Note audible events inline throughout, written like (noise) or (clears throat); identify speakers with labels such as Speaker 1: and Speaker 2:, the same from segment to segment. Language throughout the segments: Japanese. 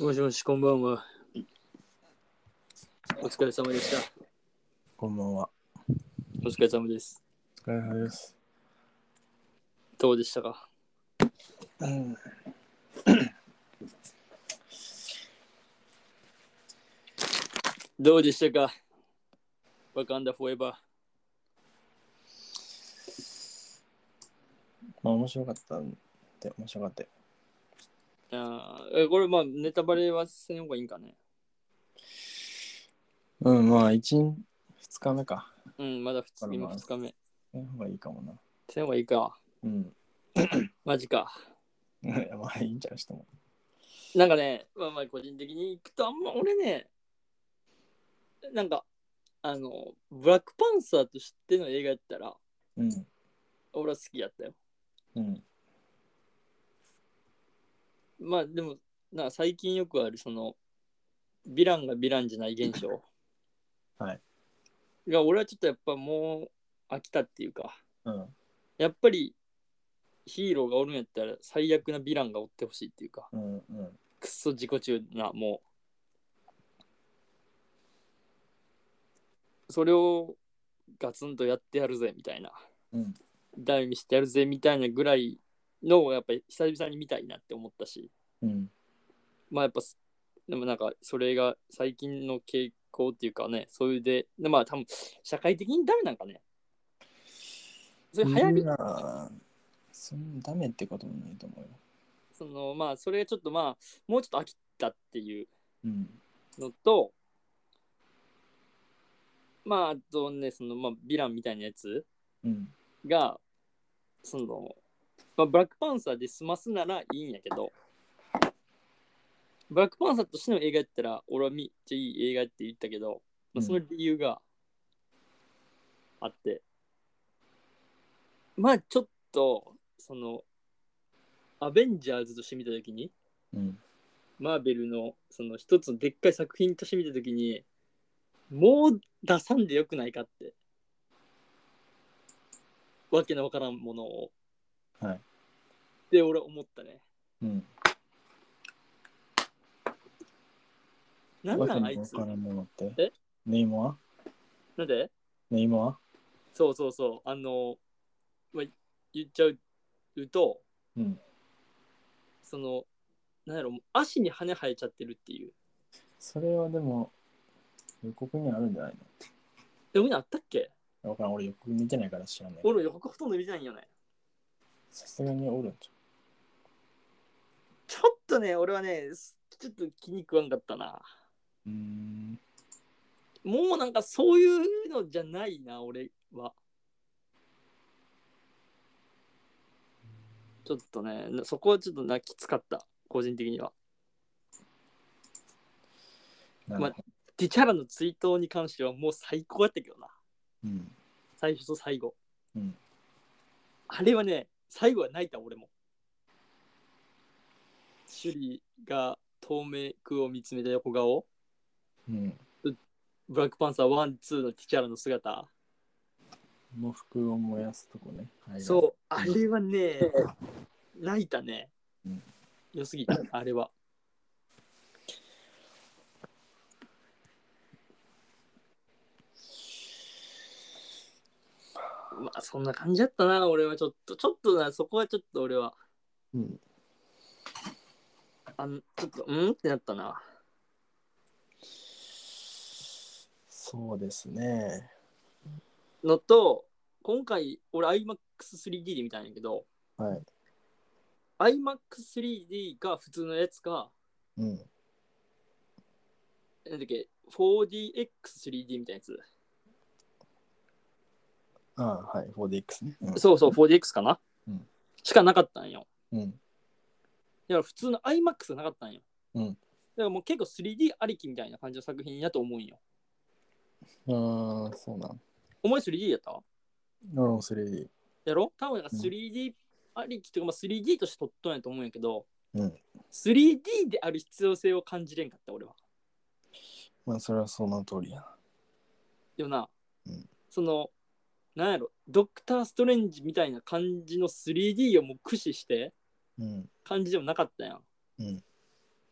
Speaker 1: もしもし、こんばんは。お疲れ様でした。
Speaker 2: こんばんは。
Speaker 1: お疲れ様です。
Speaker 2: お疲れ様です。
Speaker 1: どうでしたか
Speaker 2: うん。
Speaker 1: どうでしたかわかんだフォーエバ
Speaker 2: まあ面白かったんで、面白かったよ。
Speaker 1: ー。あーえこれ、まあ、ネタバレはせん方がいいんかね。
Speaker 2: うん、まあ1、2日目か。
Speaker 1: うん、まだ普通、今
Speaker 2: わかりま
Speaker 1: 2
Speaker 2: す
Speaker 1: 日目。
Speaker 2: その方がいいかもな。
Speaker 1: せん方がいいか。
Speaker 2: うん。
Speaker 1: マジか。
Speaker 2: いやまあいいんじゃない人も。
Speaker 1: なんかね、まあまあ、個人的に行くと、あんま俺ね、なんか、あの、ブラックパンサーとしての映画やったら、
Speaker 2: うん。
Speaker 1: 俺は好きやったよ。
Speaker 2: うん。
Speaker 1: まあでもな最近よくあるそのヴィランがヴィランじゃない現象
Speaker 2: (laughs) はい
Speaker 1: が俺はちょっとやっぱもう飽きたっていうか
Speaker 2: うん。
Speaker 1: やっぱりヒーローがおるんやったら最悪なヴィランがおってほしいっていうか
Speaker 2: うん。うん。
Speaker 1: くっそ自己中なもうそれをガツンとやってやるぜみたいな
Speaker 2: うん。
Speaker 1: 痛み見してやるぜみたいなぐらいのをやっぱり久々に見たいなって思ったし
Speaker 2: うん。
Speaker 1: まあやっぱすでもなんかそれが最近の傾向っていうかねそれででまあ多分社会的にダメなんかねそれ流行り
Speaker 2: いやーそんなダメってこともないと思うよ。
Speaker 1: そのまあそれがちょっとまあもうちょっと飽きたっていう
Speaker 2: うん。
Speaker 1: のとまああとねそのまあヴィランみたいなやつ
Speaker 2: うん。
Speaker 1: がその、まあ、ブラックパンサーで済ますならいいんやけどブラックパンサーとしての映画やったら俺はめっちゃいい映画って言ったけど、ま
Speaker 2: う
Speaker 1: あ、
Speaker 2: ん
Speaker 1: その理由があって、まあちょっとそのアベンジャーズとして見た時に
Speaker 2: うん。
Speaker 1: マーベルのその一つのでっかい作品として見た時にもう出さんでよくないかってわけのわからんものを
Speaker 2: はい
Speaker 1: って俺思ったね
Speaker 2: うん。
Speaker 1: なん
Speaker 2: わ
Speaker 1: な
Speaker 2: け
Speaker 1: ん
Speaker 2: の
Speaker 1: あいつ
Speaker 2: わからんものって。
Speaker 1: え
Speaker 2: ネイモは
Speaker 1: なんで
Speaker 2: ネイモは
Speaker 1: そうそうそうあの、まあ、言っちゃうと
Speaker 2: うん。
Speaker 1: そのなんやろ足に羽生えちゃってるっていう
Speaker 2: それはでも、予告にあるんじゃない
Speaker 1: でもねあったっけ
Speaker 2: のわからん。俺予告見てないから知らない。
Speaker 1: 俺予告ほとんど見てないんよね
Speaker 2: さすがにおるんちゃ
Speaker 1: ちょっとね俺はねちょっと気に食わんかったな
Speaker 2: う。うーん。
Speaker 1: もうなんかそういうのじゃないな、俺は。ちょっとね、なそこはちょっとなきつかった、個人的には。
Speaker 2: なるほど。
Speaker 1: ディチャラの追悼に関してはもう最高だったけどな、
Speaker 2: うん。
Speaker 1: 最初と最後。
Speaker 2: うん
Speaker 1: あれはね、最後は泣いた、俺も。シュリーが透明空を見つめた横顔、
Speaker 2: うん。
Speaker 1: ブラックパンサー1、2のティチャラの姿。
Speaker 2: 喪服を燃やすとこね。はい、
Speaker 1: そう、あれはね、泣いたね
Speaker 2: うん。
Speaker 1: 良すぎた、あれは。まあ、そんな感じだったな、俺はちょっと、ちょっとな、そこはちょっと俺は、
Speaker 2: う。ん。
Speaker 1: あんちょっと、うんってなったな。
Speaker 2: そうですね。
Speaker 1: のと、今回、俺 iMAX3D で見たんやけど、
Speaker 2: はい。
Speaker 1: iMAX3D が普通のやつか、
Speaker 2: うん。
Speaker 1: なんだっけ、4DX3D みたいなやつ。
Speaker 2: ああ、はい。4DX ね。うん。
Speaker 1: そうそう、4DX かな、
Speaker 2: うん
Speaker 1: しかなかったんよ。
Speaker 2: うん。
Speaker 1: だから普通の iMAX がなかったんよ。
Speaker 2: うん
Speaker 1: だからもう結構 3D ありきみたいな感じの作品やと思うんよ。
Speaker 2: ああ、そうなん。
Speaker 1: お前 3D やった
Speaker 2: なるほど、3D。
Speaker 1: やろ多分なんか
Speaker 2: うん
Speaker 1: 3D ありきというか、まあ、3D として撮っとんやと思うんやけど、
Speaker 2: うん。
Speaker 1: 3D である必要性を感じれんかった、俺は。
Speaker 2: まあ、それはその通りやな。
Speaker 1: でもな、
Speaker 2: うん
Speaker 1: その、なんやろ、ドクター・ストレンジみたいな感じの 3D をもう駆使して
Speaker 2: うん。
Speaker 1: 感じでもなかったやん。
Speaker 2: うん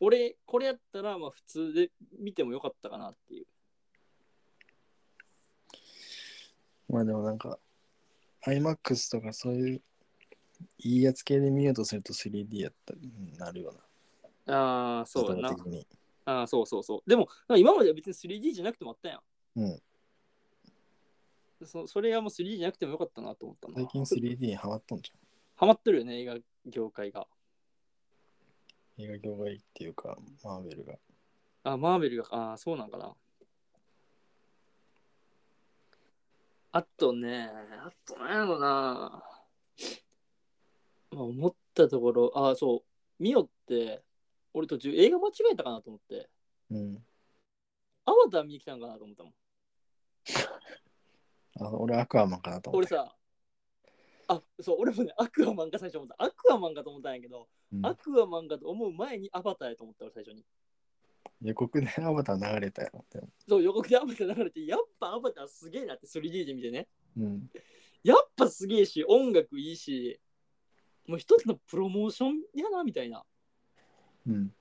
Speaker 1: これ、これやったら、まあ普通で見てもよかったかなっていう。
Speaker 2: まあでもなんか、IMAX とかそういう、いいやつ系で見ようとすると 3D やったうんなるよな。
Speaker 1: ああ、そうだな
Speaker 2: 自。動的に
Speaker 1: ああ、そうそうそう。でも、なんか今までは別に 3D じゃなくてもあったやん。
Speaker 2: うん。
Speaker 1: そそれがもう 3D じゃなくてもよかったなと思った
Speaker 2: 最
Speaker 1: な。
Speaker 2: 近 3D にハマっとんじ
Speaker 1: ハマってるよね、映画業界が。
Speaker 2: ゃん。映画業界っていうか、マーベルが。
Speaker 1: あ、マーベルが、あー、そうなんかな。あとね、あとなんやろな。まあ、思ったところ、あー、そう、ミオって、俺途中映画間違えたかなと思って、
Speaker 2: うん。
Speaker 1: アバター見に来たんかなと思ったもん。
Speaker 2: あ俺、アクアマンかなと思っ
Speaker 1: 俺
Speaker 2: た。
Speaker 1: さ、あ、そう、俺もね、アクアマンか最初思った。アクアマンかと思ったんやけど、
Speaker 2: うん
Speaker 1: アクアマンかと思う前にアバターやと思った、俺最初に。
Speaker 2: 予告でアバター流れたやろ。でも
Speaker 1: そう、予告でアバター流れて、やっぱアバターすげえなって 3D で見てね。
Speaker 2: うん。
Speaker 1: やっぱすげえし、音楽いいし、もう一つのプロモーションやな、みたいな。
Speaker 2: うん。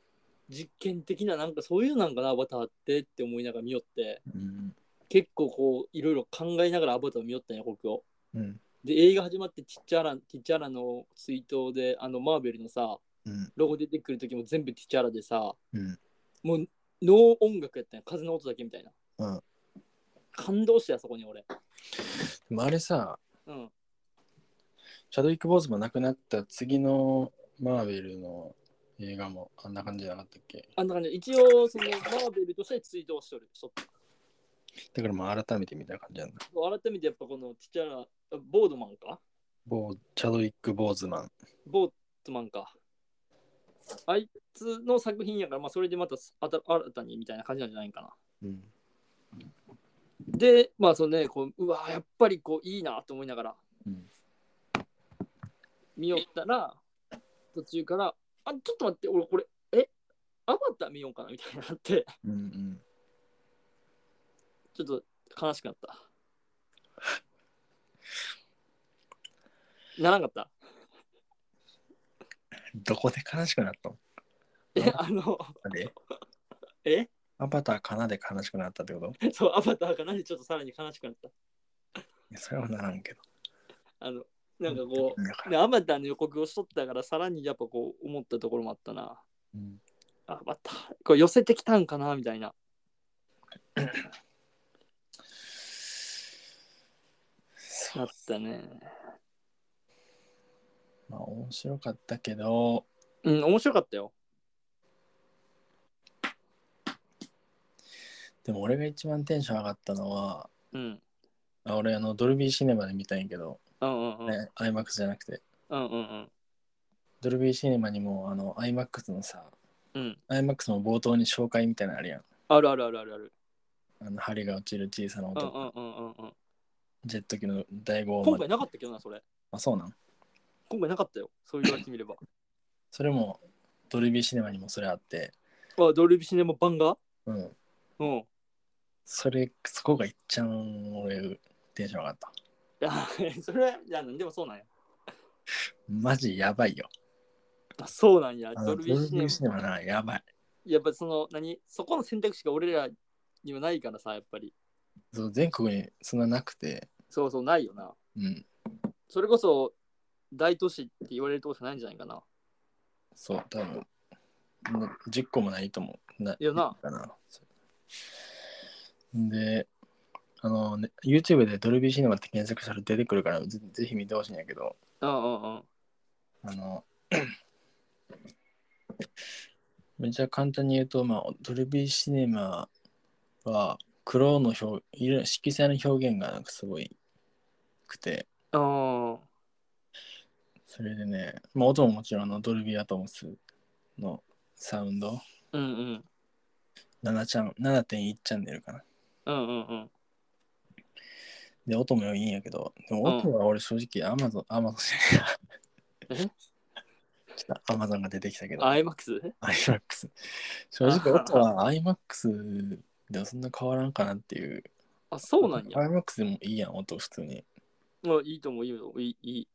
Speaker 1: 実験的な、なんかそういうなんかな、アバターってって思いながら見よって、
Speaker 2: うん。
Speaker 1: 結構こう、いろいろ考えながらアバターを見よったんや、僕を。
Speaker 2: うん。
Speaker 1: で、映画始まって、ティッチャーラン、ティッチャーラのツイートで、あの、マーベルのさ、
Speaker 2: うん。
Speaker 1: ロゴ出てくる時も全部ティッチャーラでさ、
Speaker 2: うん。
Speaker 1: もう、ノー音楽やったんや、風の音だけみたいな。
Speaker 2: うん
Speaker 1: 感動してあそこに俺。
Speaker 2: でもあれさ、
Speaker 1: うん。
Speaker 2: シャドウィック・ボーズも亡くなった次のマーベルの映画もあんな感じじゃなかったっけ
Speaker 1: あんな感じで一応、その、マーベルとしてツイートをしとる。しとった
Speaker 2: だからまあ改めてみたいな感じなんだ。
Speaker 1: 改めてやっぱこのティチャラ、あボードマンか
Speaker 2: ボーチャドウィック・ボーズマン。
Speaker 1: ボートマンか。あいつの作品やから、まあ、それでまたあた新たにみたいな感じなんじゃないかな。
Speaker 2: うん。
Speaker 1: で、まあそのね、こううわ、やっぱりこういいなと思いながら、
Speaker 2: うん
Speaker 1: 見よったら、途中から、あ、ちょっと待って、俺これ、え、アバター見ようかなみたいになって、 (laughs)
Speaker 2: うんうん。
Speaker 1: ちょっと悲しくなった。ならなかった。
Speaker 2: どこで悲しくなったの
Speaker 1: え、 (laughs) あの、
Speaker 2: あれ
Speaker 1: え
Speaker 2: アバターかなで悲しくなったってことい
Speaker 1: そう、アバターがなんでちょっとさらに悲しくなった。
Speaker 2: や、それはならんけど。
Speaker 1: あの、なんかこ
Speaker 2: だか
Speaker 1: う、
Speaker 2: ら
Speaker 1: ね、アバターの予告をしとったから、さらにやっぱこう思ったところもあったな。
Speaker 2: うん
Speaker 1: アバター、これ寄せてきたんかなみたいな。
Speaker 2: そう
Speaker 1: なったね。
Speaker 2: まあ面白かったけど、
Speaker 1: うん、面白かったよ。
Speaker 2: でも俺が一番テンション上がったのは、
Speaker 1: うん。
Speaker 2: あ俺あのドルビーシネマで見たんやけど、
Speaker 1: うんうんうん。
Speaker 2: ね、IMAX じゃなくて、
Speaker 1: うんうんうん。
Speaker 2: ドルビーシネマにもあの IMAX のさ、
Speaker 1: うん。
Speaker 2: IMAX の冒頭に紹介みたいなのあるやん。
Speaker 1: あるあるあるあるある。
Speaker 2: あの針が落ちる小さな
Speaker 1: うんう
Speaker 2: 音、
Speaker 1: んうんうんうん。
Speaker 2: ジェット機の第5音
Speaker 1: 今回なかったけどな、それ。
Speaker 2: あ、そうなん
Speaker 1: 今回なかったよ。そう言われてみれば。 (laughs)
Speaker 2: それもドルビーシネマにもそれあって、
Speaker 1: あ、ドルビシネマ版が
Speaker 2: うん。
Speaker 1: うん。い
Speaker 2: それ、そこがいっちゃん俺テンション上がった。
Speaker 1: や、 (laughs) それは、いや、でもそうなんや。
Speaker 2: マジやばいよ。
Speaker 1: あそうなんや。
Speaker 2: あ
Speaker 1: ド
Speaker 2: の
Speaker 1: ルビシネマ。
Speaker 2: ネマな、やばい。
Speaker 1: やっぱその、何そこの選択肢が俺らにはないからさ、やっぱり。
Speaker 2: そう全国にそんななくて、
Speaker 1: そうそう、ないよな。
Speaker 2: うん、
Speaker 1: それこそ、大都市って言われるとこじゃないんじゃないかな。
Speaker 2: そう、多分な10個もないと思う。ない
Speaker 1: やな。
Speaker 2: かな。そうで、あの、ね、YouTube でドルビーシネマって検索したら出てくるからぜ、ぜひ見てほしいんやけど、
Speaker 1: うんうんうん。
Speaker 2: あの、 (coughs) めっちゃ簡単に言うと、まあ、ドルビーシネマは、黒の表、色色彩の表現がなんかすごいくて、
Speaker 1: あ
Speaker 2: それでね、まあ、音ももちろんあのドルビーアトモスのサウンド、
Speaker 1: あ。うんうん。
Speaker 2: 7ちゃん7.1チャンネルかな。
Speaker 1: うんうんうん。
Speaker 2: で、音もいいんやけど、でも音は俺正直 Amazon、Amazon じゃない
Speaker 1: え
Speaker 2: ちょっと Amazon が出てきたけど、
Speaker 1: IMAX?
Speaker 2: iMAX。正直音は iMAX でもそんな変わらんかなっていう。
Speaker 1: あ、そうなんや。
Speaker 2: iMAX でもいいやん、音普通に。
Speaker 1: まあ、いいと思うよ。いい、いい。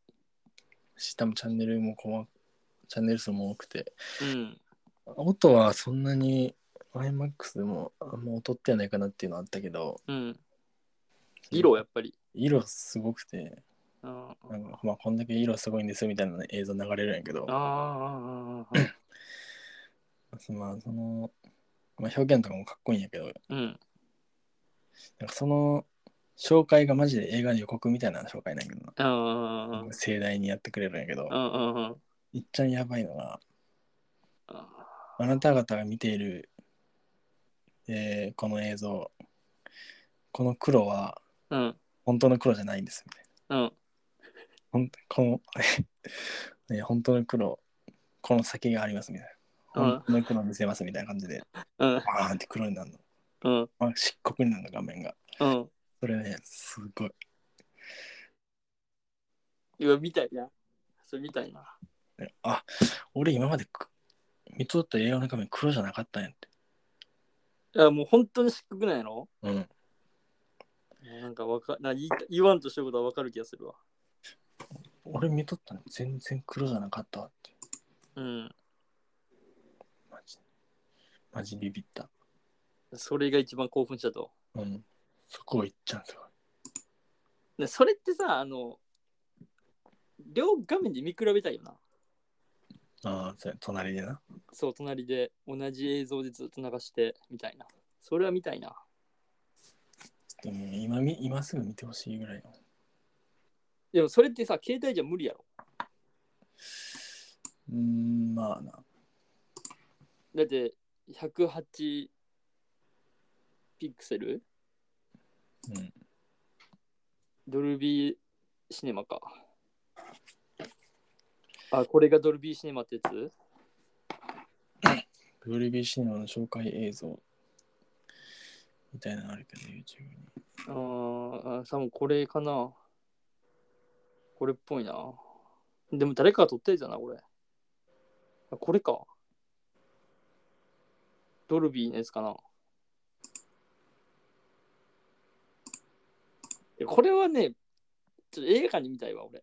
Speaker 2: し、多分チャンネルも細かチャンネル数も多くて、
Speaker 1: うん。
Speaker 2: 音はそんなに IMAX でもあんま劣ってないかなっていうのはあったけど、
Speaker 1: うん。色やっぱり。
Speaker 2: 色すごくて、
Speaker 1: うん。あー
Speaker 2: なんかまあ、こんだけ色すごいんですよみたいな映像流れるんやけど、
Speaker 1: あー。あーあー
Speaker 2: まあその、まあ、表現とかもかっこいいんやけど、
Speaker 1: うん。
Speaker 2: なんかその紹介がマジで映画の予告みたいな紹介なんやけどな、
Speaker 1: うん。うん。
Speaker 2: 盛大にやってくれるんやけ
Speaker 1: う、
Speaker 2: ど
Speaker 1: んうんうん。
Speaker 2: いっちゃんやばいのが、
Speaker 1: あ
Speaker 2: あなた方が見ている、えーこの映像、この黒は
Speaker 1: ーうん。
Speaker 2: 本当の黒じゃないんですみたいな。
Speaker 1: うん。
Speaker 2: ほんこの、 (laughs) ね、本当の黒、この先がありますみたいな。
Speaker 1: うん
Speaker 2: 本当の黒見せますみたいな感じで、
Speaker 1: うん。
Speaker 2: バーンって黒になるの。
Speaker 1: うん。
Speaker 2: あ漆黒になるの、画面が。
Speaker 1: うん。
Speaker 2: それね、すごい。
Speaker 1: いや、見たいな。それ見たいな。
Speaker 2: あ、俺今までく見とった映画の画面黒じゃなかったんやって。
Speaker 1: いや、もう本当に漆黒なんやろ
Speaker 2: うん。
Speaker 1: もうなんかわかな言いた言わんとしてることはわかる気がするわ。
Speaker 2: 俺見とったの全然黒じゃなかったわって。
Speaker 1: うん。
Speaker 2: マジ。マジビビった。
Speaker 1: それが一番興奮したと。
Speaker 2: うん。そこいっちゃうんすよ。
Speaker 1: でそれってさ、あの、両画面で見比べたいよな。
Speaker 2: ああ、それ隣でな。
Speaker 1: そう、隣で同じ映像でずっと流してみたいな。それは見たいな。
Speaker 2: でも今み今すぐ見てほしいぐらいの。
Speaker 1: でもそれってさ、携帯じゃ無理やろ。
Speaker 2: うーん、まあな。
Speaker 1: だって108ピクセル
Speaker 2: うん。
Speaker 1: ドルビーシネマか。あ、これがドルビーシネマってやつ
Speaker 2: ブルービーシネマの紹介映像みたいなのあるけど、YouTube に。
Speaker 1: あーあ、多分これかな。これっぽいな。でも誰かが撮ったやつだな、これ。あ、これか。ドルビーのやつかな。いやこれはね、ちょっと映画館に見たいわ、俺。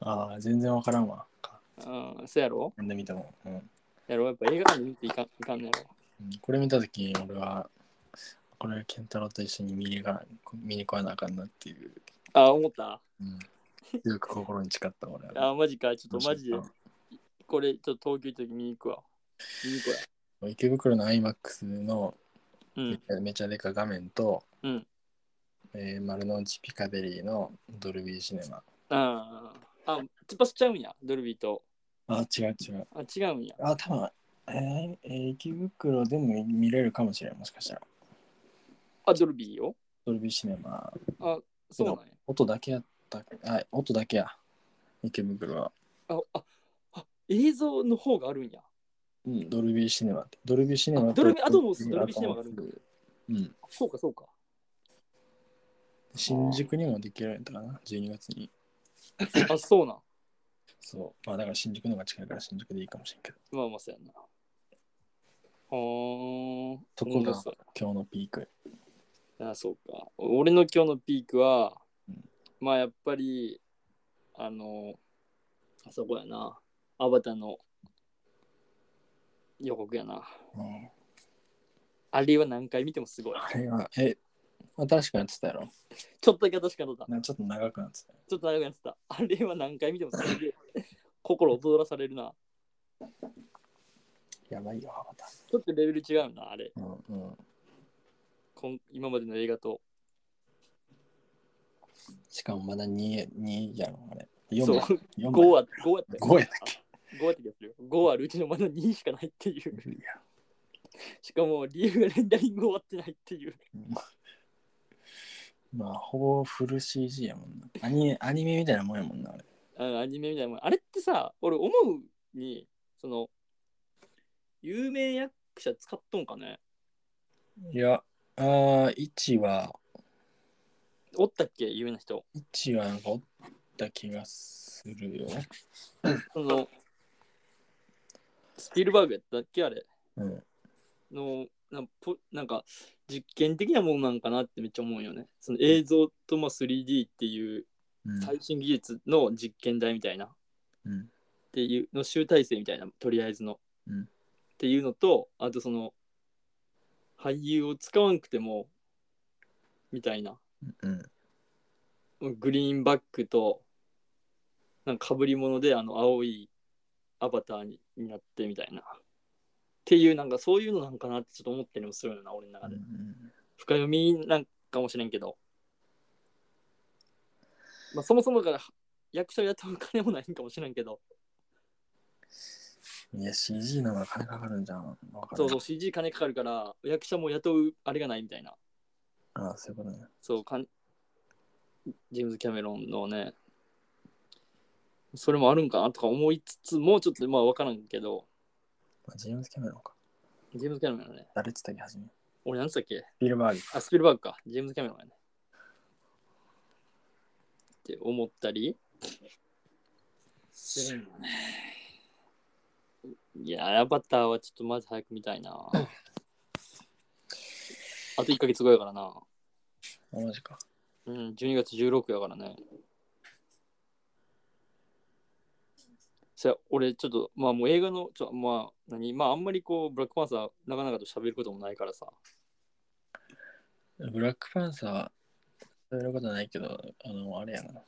Speaker 2: ああ、全然わからんわ。か
Speaker 1: うん、そうやろ
Speaker 2: なんで見ても。うん。う
Speaker 1: やろやっぱ映画館で見ていかんいかんねやろ。
Speaker 2: んこれ見たとき、俺は、これ、ケンタロウと一緒に見にが見に来なあかんなっていう、
Speaker 1: あ、思った
Speaker 2: うん、強く心に誓った俺は。
Speaker 1: あ、マジか。ちょっとマジで
Speaker 2: う、ん
Speaker 1: これ、ちょっと東京行った時見に行くわ。見に行くわ。
Speaker 2: 池袋の IMAX の
Speaker 1: うん、
Speaker 2: めちゃでか画面と、
Speaker 1: うん
Speaker 2: えー丸の内ピカデリーのドルビーシネマ。
Speaker 1: あーあ、突っ走っちゃうんや、ドルビーと。
Speaker 2: あ、違う違う。
Speaker 1: あ、違うんや。
Speaker 2: あ、多分、えーえー池袋でも見れるかもしれん、もしかしたら。
Speaker 1: あ、ドルビーよ。
Speaker 2: ドルビーシネマ、
Speaker 1: あ、そうなんや。
Speaker 2: 音だけやった。あ、音だけや。池袋は。
Speaker 1: あ、あ、あ映像の方があるんや。
Speaker 2: うん、ドルビーシネマって。ドルビーシネマと
Speaker 1: ドルビーアトモスドルビーシネマがあるんだ
Speaker 2: うん。
Speaker 1: そうか、そうか。
Speaker 2: 新宿にもできるんやったかな、12月に。
Speaker 1: あ、そうなん。
Speaker 2: そう。まあだから新宿の方が近いから新宿でいいかもしれんけど。
Speaker 1: まあまあ、そうやんな。ほーん。
Speaker 2: とこが
Speaker 1: うんそう
Speaker 2: 今日のピーク。
Speaker 1: あ、そうか。俺の今日のピークは
Speaker 2: うん、
Speaker 1: まあやっぱり、あの、あそこやな。アバターの予告やな。
Speaker 2: うん
Speaker 1: あれは何回見てもすごい。
Speaker 2: あれは、え、新しくなってたやろ
Speaker 1: ちょっとだけ確かにだった。
Speaker 2: なちょっと長くなってたよ。
Speaker 1: ちょっと長くなってた。あれは何回見てもすげえ心躍らされるな。
Speaker 2: やばいよ、また。
Speaker 1: ちょっとレベル違うな、あれ。
Speaker 2: うんうん。
Speaker 1: こん今までの映画と。
Speaker 2: しかもまだ 2, 2やろ、あれ。4
Speaker 1: そう、
Speaker 2: 4
Speaker 1: 5あ5あったよ。
Speaker 2: 5やったっ
Speaker 1: 5あった気がする。5あるうちのまだ2しかないっていう。
Speaker 2: けいや
Speaker 1: しかも理由がレンダリング終わってないっていう。
Speaker 2: まあ、ほぼフル CG やもんな。アニメアニメみたいなもんやもんな、あれ。
Speaker 1: あのアニメみたいなもん。あれってさ、俺思うに、その、有名役者使っとんかね
Speaker 2: いや、あー、1は、
Speaker 1: おったっけ有名な人。
Speaker 2: 1はなんかおった気がするよ。
Speaker 1: その、スピルバーグやったっけあれ。
Speaker 2: うん。
Speaker 1: のなんぽなんか実験的なものなんかなってめっちゃ思うよね。その映像とまあ 3D っていう
Speaker 2: うん
Speaker 1: 最新技術の実験台みたいな。
Speaker 2: うん
Speaker 1: っていうの集大成みたいなとりあえずの、
Speaker 2: うん
Speaker 1: っていうのとあとその俳優を使わんくてもみたいな
Speaker 2: うん。
Speaker 1: グリーンバックとなんか被り物であの青いアバターにになってみたいなっていうなんかそういうのなんかなってちょっと思ったりもするよな俺の中で、深読みなんかもしれんけど、まあ、そもそもだから役者をやったお金もないんかもしれんけど
Speaker 2: うんいや、CG の方が金かかるんじゃん。わかる
Speaker 1: そうそう CG 金かかるから役者も雇うあれがないみたいな
Speaker 2: ああ、そういうことね。
Speaker 1: そうかんジェームズ・キャメロンのねそれもあるんかなとか思いつつもうちょっとまあ分からんけど
Speaker 2: まあ、ジェームズ・キャメロンか。
Speaker 1: ジェームズ・キャメロンやね
Speaker 2: 誰って言ったっけ、初め。
Speaker 1: 俺なんつったっけ
Speaker 2: ビルバーグ。
Speaker 1: あスピルバーグかジェームズ・キャメロンやねって思ったりするんだねいやアバターはちょっとマジ早く見たいなあと1ヶ月後やからな
Speaker 2: あ、マジか。
Speaker 1: うん、12月16やからね。そや、俺ちょっと、まあもう映画の、ちょまあ何、まああんまりこう、ブラックパンサー、なかなかと喋ることもないからさ。
Speaker 2: ブラックパンサーは、そういうことはないけど、あの、あれやな。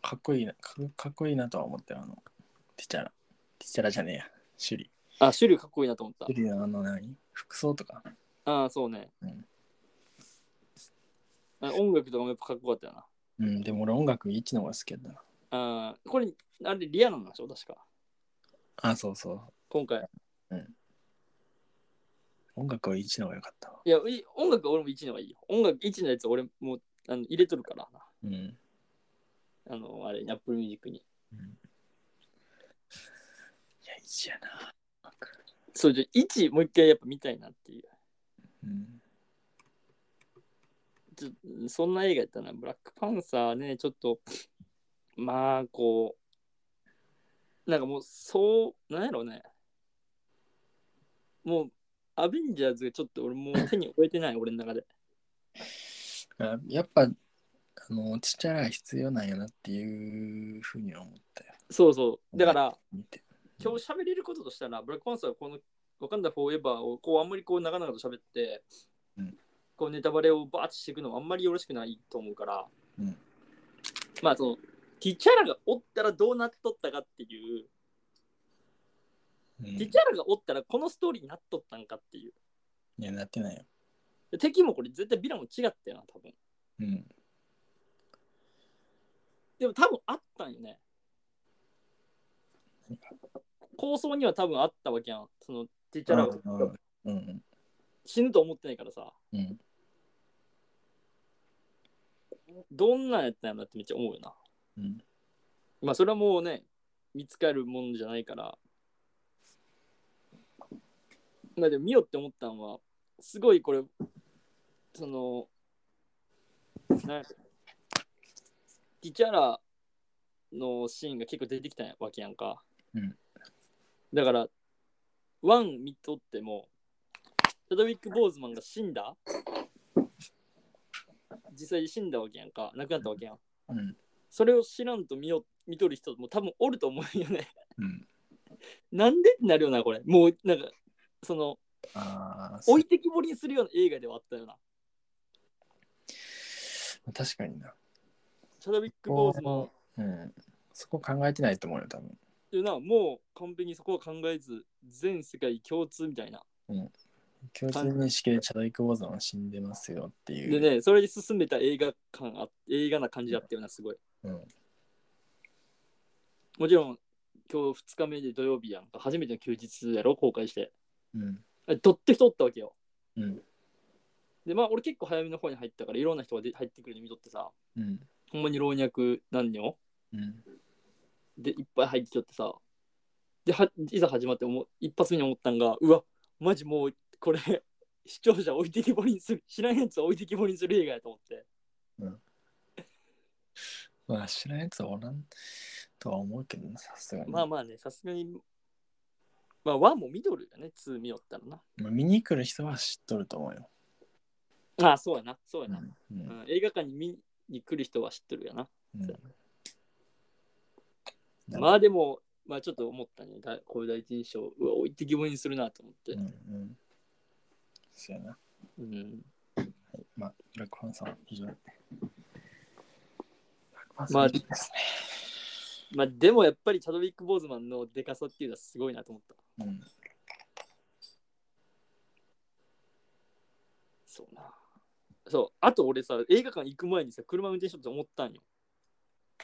Speaker 2: かっこいいな、かかっこいいなとは思ってる、あの、ティチャラ。ティチャラじゃねえや。シュリ。
Speaker 1: あ、種類かっこいいなと思った
Speaker 2: シュ。リのあの何服装とか。
Speaker 1: ああ、そうね。
Speaker 2: うん
Speaker 1: あ音楽とかもやっぱかっこよかったよな。
Speaker 2: うん、でも俺音楽一の方が好きやったな。
Speaker 1: あーこれ、あれ、リアなんでしょ、確か。
Speaker 2: あ、そうそう。
Speaker 1: 今回。
Speaker 2: 音楽は一の方が良かったわ。
Speaker 1: いや、い音楽は俺も1のがいいよ。音楽1のやつ俺もうあの入れとるからな。
Speaker 2: うん。
Speaker 1: あの、あれ、アップルミュージックに。
Speaker 2: いや、一やな。
Speaker 1: そう、じゃ1もう一回やっぱ見たいなっていう。
Speaker 2: うん。
Speaker 1: ちょそんな映画やったな、ブラックパンサーね、ちょっと、まあ、こう、なんかもう、そう、なんやろうね。もう、アベンジャーズがちょっと俺もう手に負えてない、俺の中で。
Speaker 2: あやっぱ、あの、ちっちゃら必要なんやなっていうふうには思ったよ。
Speaker 1: そうそう。だから、
Speaker 2: 見て。
Speaker 1: 今日喋れることとしたら、ブラックパンサーはこの、わかんだフォーエバーを、こう、あんまりこう、長々と喋って、
Speaker 2: うん
Speaker 1: こう、ネタバレをバーッとしていくのはあんまりよろしくないと思うから、
Speaker 2: うん
Speaker 1: まあ、その、ティチャラがおったらどうなっとったかっていう、
Speaker 2: うん、
Speaker 1: ティ
Speaker 2: い
Speaker 1: チャラがおったらこのストーリーになっとったんかっていう。
Speaker 2: や、なってないよ。
Speaker 1: で敵もこれ絶対ヴィランも違ったよな、多分。
Speaker 2: うん。
Speaker 1: でも多分あったんよね。構想には多分あったわけやん。そのティチャラが
Speaker 2: うんうん。
Speaker 1: 死ぬと思ってないからさ、
Speaker 2: うん。
Speaker 1: どんなんやったんやろなってめっちゃ思うよな。
Speaker 2: うん。
Speaker 1: まあそれはもうね、見つかるもんじゃないから。まあでも見よって思ったのは、すごいこれ、その、なんやろティチャラのシーンが結構出てきたわけやんか。
Speaker 2: うん
Speaker 1: だから、ワン見とっても、チャドウィック・ボーズマンが死んだ実際に死んだわけやんか。亡くなったわけやん。
Speaker 2: うん。
Speaker 1: それを知らんと見よ見とる人も多分おると思うよね。 (laughs)
Speaker 2: うん。
Speaker 1: なんでってなるよな、これ。もう、なんか、その、
Speaker 2: ああ、そう
Speaker 1: 置いてきぼりにするような映画ではあったよな。
Speaker 2: 確かにな。
Speaker 1: チャドウィック・ボーズマンっ
Speaker 2: うん。そこ考えてないと思うよ、多分。
Speaker 1: ていうのは、もう完璧にそこは考えず、全世界共通みたいな。
Speaker 2: 共通認識でチャドウィック・ウォーズマンは死んでますよっていう。
Speaker 1: でね、それで進めた映画感あ、映画な感じだったよな、すごい。
Speaker 2: うん。
Speaker 1: もちろん、今日2日目で土曜日やんか、初めての休日やろ、公開して。
Speaker 2: うん。
Speaker 1: えどって人おったわけよ。
Speaker 2: うん。
Speaker 1: で、まあ、俺結構早めの方に入ったから、いろんな人がで入ってくるの見とってさ、
Speaker 2: うん。
Speaker 1: ほんまに老若男女
Speaker 2: うん。
Speaker 1: でいっぱい入ってきよってさではいざ始まって思う一発目に思ったんがうわマジもうこれ (laughs) 視聴者置いてきぼりにする知らんやつは置いてきぼりにする映画やと思って
Speaker 2: まあ、知らんやつはおらんとは思うけどな、さすがに。
Speaker 1: まあまあねさすがにまあ1も見とるよね2見よったらな
Speaker 2: まあ見に来る人は知っとると思うよ。
Speaker 1: ああそうやなそうや
Speaker 2: う
Speaker 1: な、
Speaker 2: ん。う
Speaker 1: うん
Speaker 2: ん
Speaker 1: 映画館に見に来る人は知っとるよな
Speaker 2: うん
Speaker 1: まあでもまあちょっと思ったね。だこういう第一印象、うわ、置いてきぼりにするなと思って。
Speaker 2: うんうん。そうやな。は
Speaker 1: うん
Speaker 2: い、まあ、ブラックパンサー、以上。ブラックパン
Speaker 1: まあ
Speaker 2: いいですね。
Speaker 1: まあでもやっぱりチャドウィック・ボーズマンのデカさっていうのはすごいなと思った。
Speaker 2: うん。
Speaker 1: そうな。そう、あと俺さ、映画館行く前にさ、車運転しようと思ったんよ。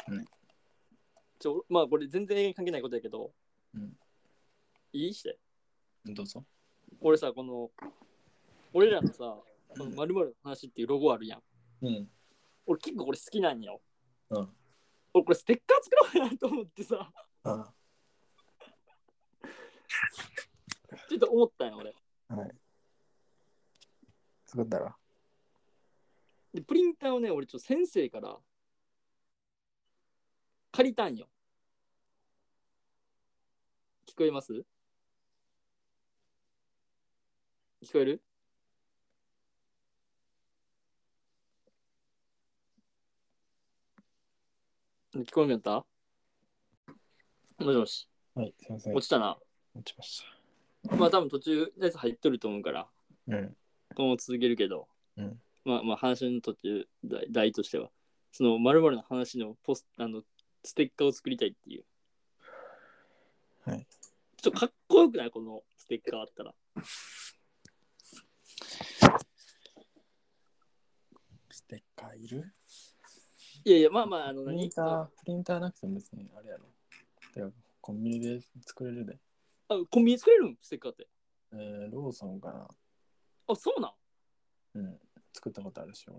Speaker 2: うん
Speaker 1: ちょまあこれ全然映画に関係ないことやけど、
Speaker 2: うん
Speaker 1: いいして。
Speaker 2: どうぞ。
Speaker 1: 俺さ、この、俺らのさ、こ
Speaker 2: う
Speaker 1: の
Speaker 2: ん
Speaker 1: 〇〇の話っていうロゴあるやん。
Speaker 2: うん。
Speaker 1: 俺結構これ好きなんよ。
Speaker 2: うん。
Speaker 1: 俺これステッカー作ろうかなと思ってさ、 (laughs)
Speaker 2: あ
Speaker 1: ちょっと思ったんよ俺。
Speaker 2: はい。作ったら。
Speaker 1: で、プリンターをね、俺ちょっと先生から借りたんよ。聞こえます聞こえる聞こえんかったもしもし、
Speaker 2: はい、すいません。
Speaker 1: 落ちたな。
Speaker 2: 落ちまし
Speaker 1: まあ多分途中のやつ入っとると思うから、
Speaker 2: た。うん。
Speaker 1: 今後続けるけど、
Speaker 2: うん
Speaker 1: まあまあ話の途中題題としてはそのまるの話のポスあのステッカーを作りたいっていう
Speaker 2: はい
Speaker 1: ちょっとかっこよくないこのステッカーあったら
Speaker 2: ステッカーいる
Speaker 1: いやいやまあまああの
Speaker 2: プリ
Speaker 1: 何
Speaker 2: ンター、プリンターなくても別にあれやろ。てか、コンビニで作れるで。
Speaker 1: あコンビニ作れるんステッカーって
Speaker 2: えー、ローソンかな。
Speaker 1: あそうなん
Speaker 2: うん。作ったことあるし、俺。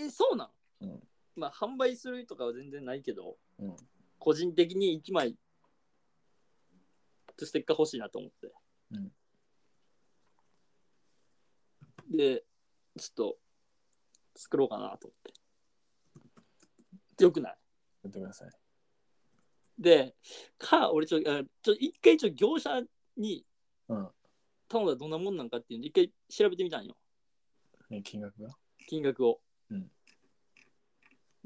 Speaker 1: ええそうなん、
Speaker 2: うん
Speaker 1: まあ販売するとかは全然ないけど、
Speaker 2: うん
Speaker 1: 個人的に1枚ステッカー欲しいなと思って、
Speaker 2: うん
Speaker 1: でちょっと作ろうかなと思ってよくない
Speaker 2: やってください。
Speaker 1: でか俺ちょあちょ一回ちょ業者に
Speaker 2: うん。
Speaker 1: 頼んだらどんなもんなんかっていうの一回調べてみたんよ
Speaker 2: え金額が
Speaker 1: 金額を、
Speaker 2: うん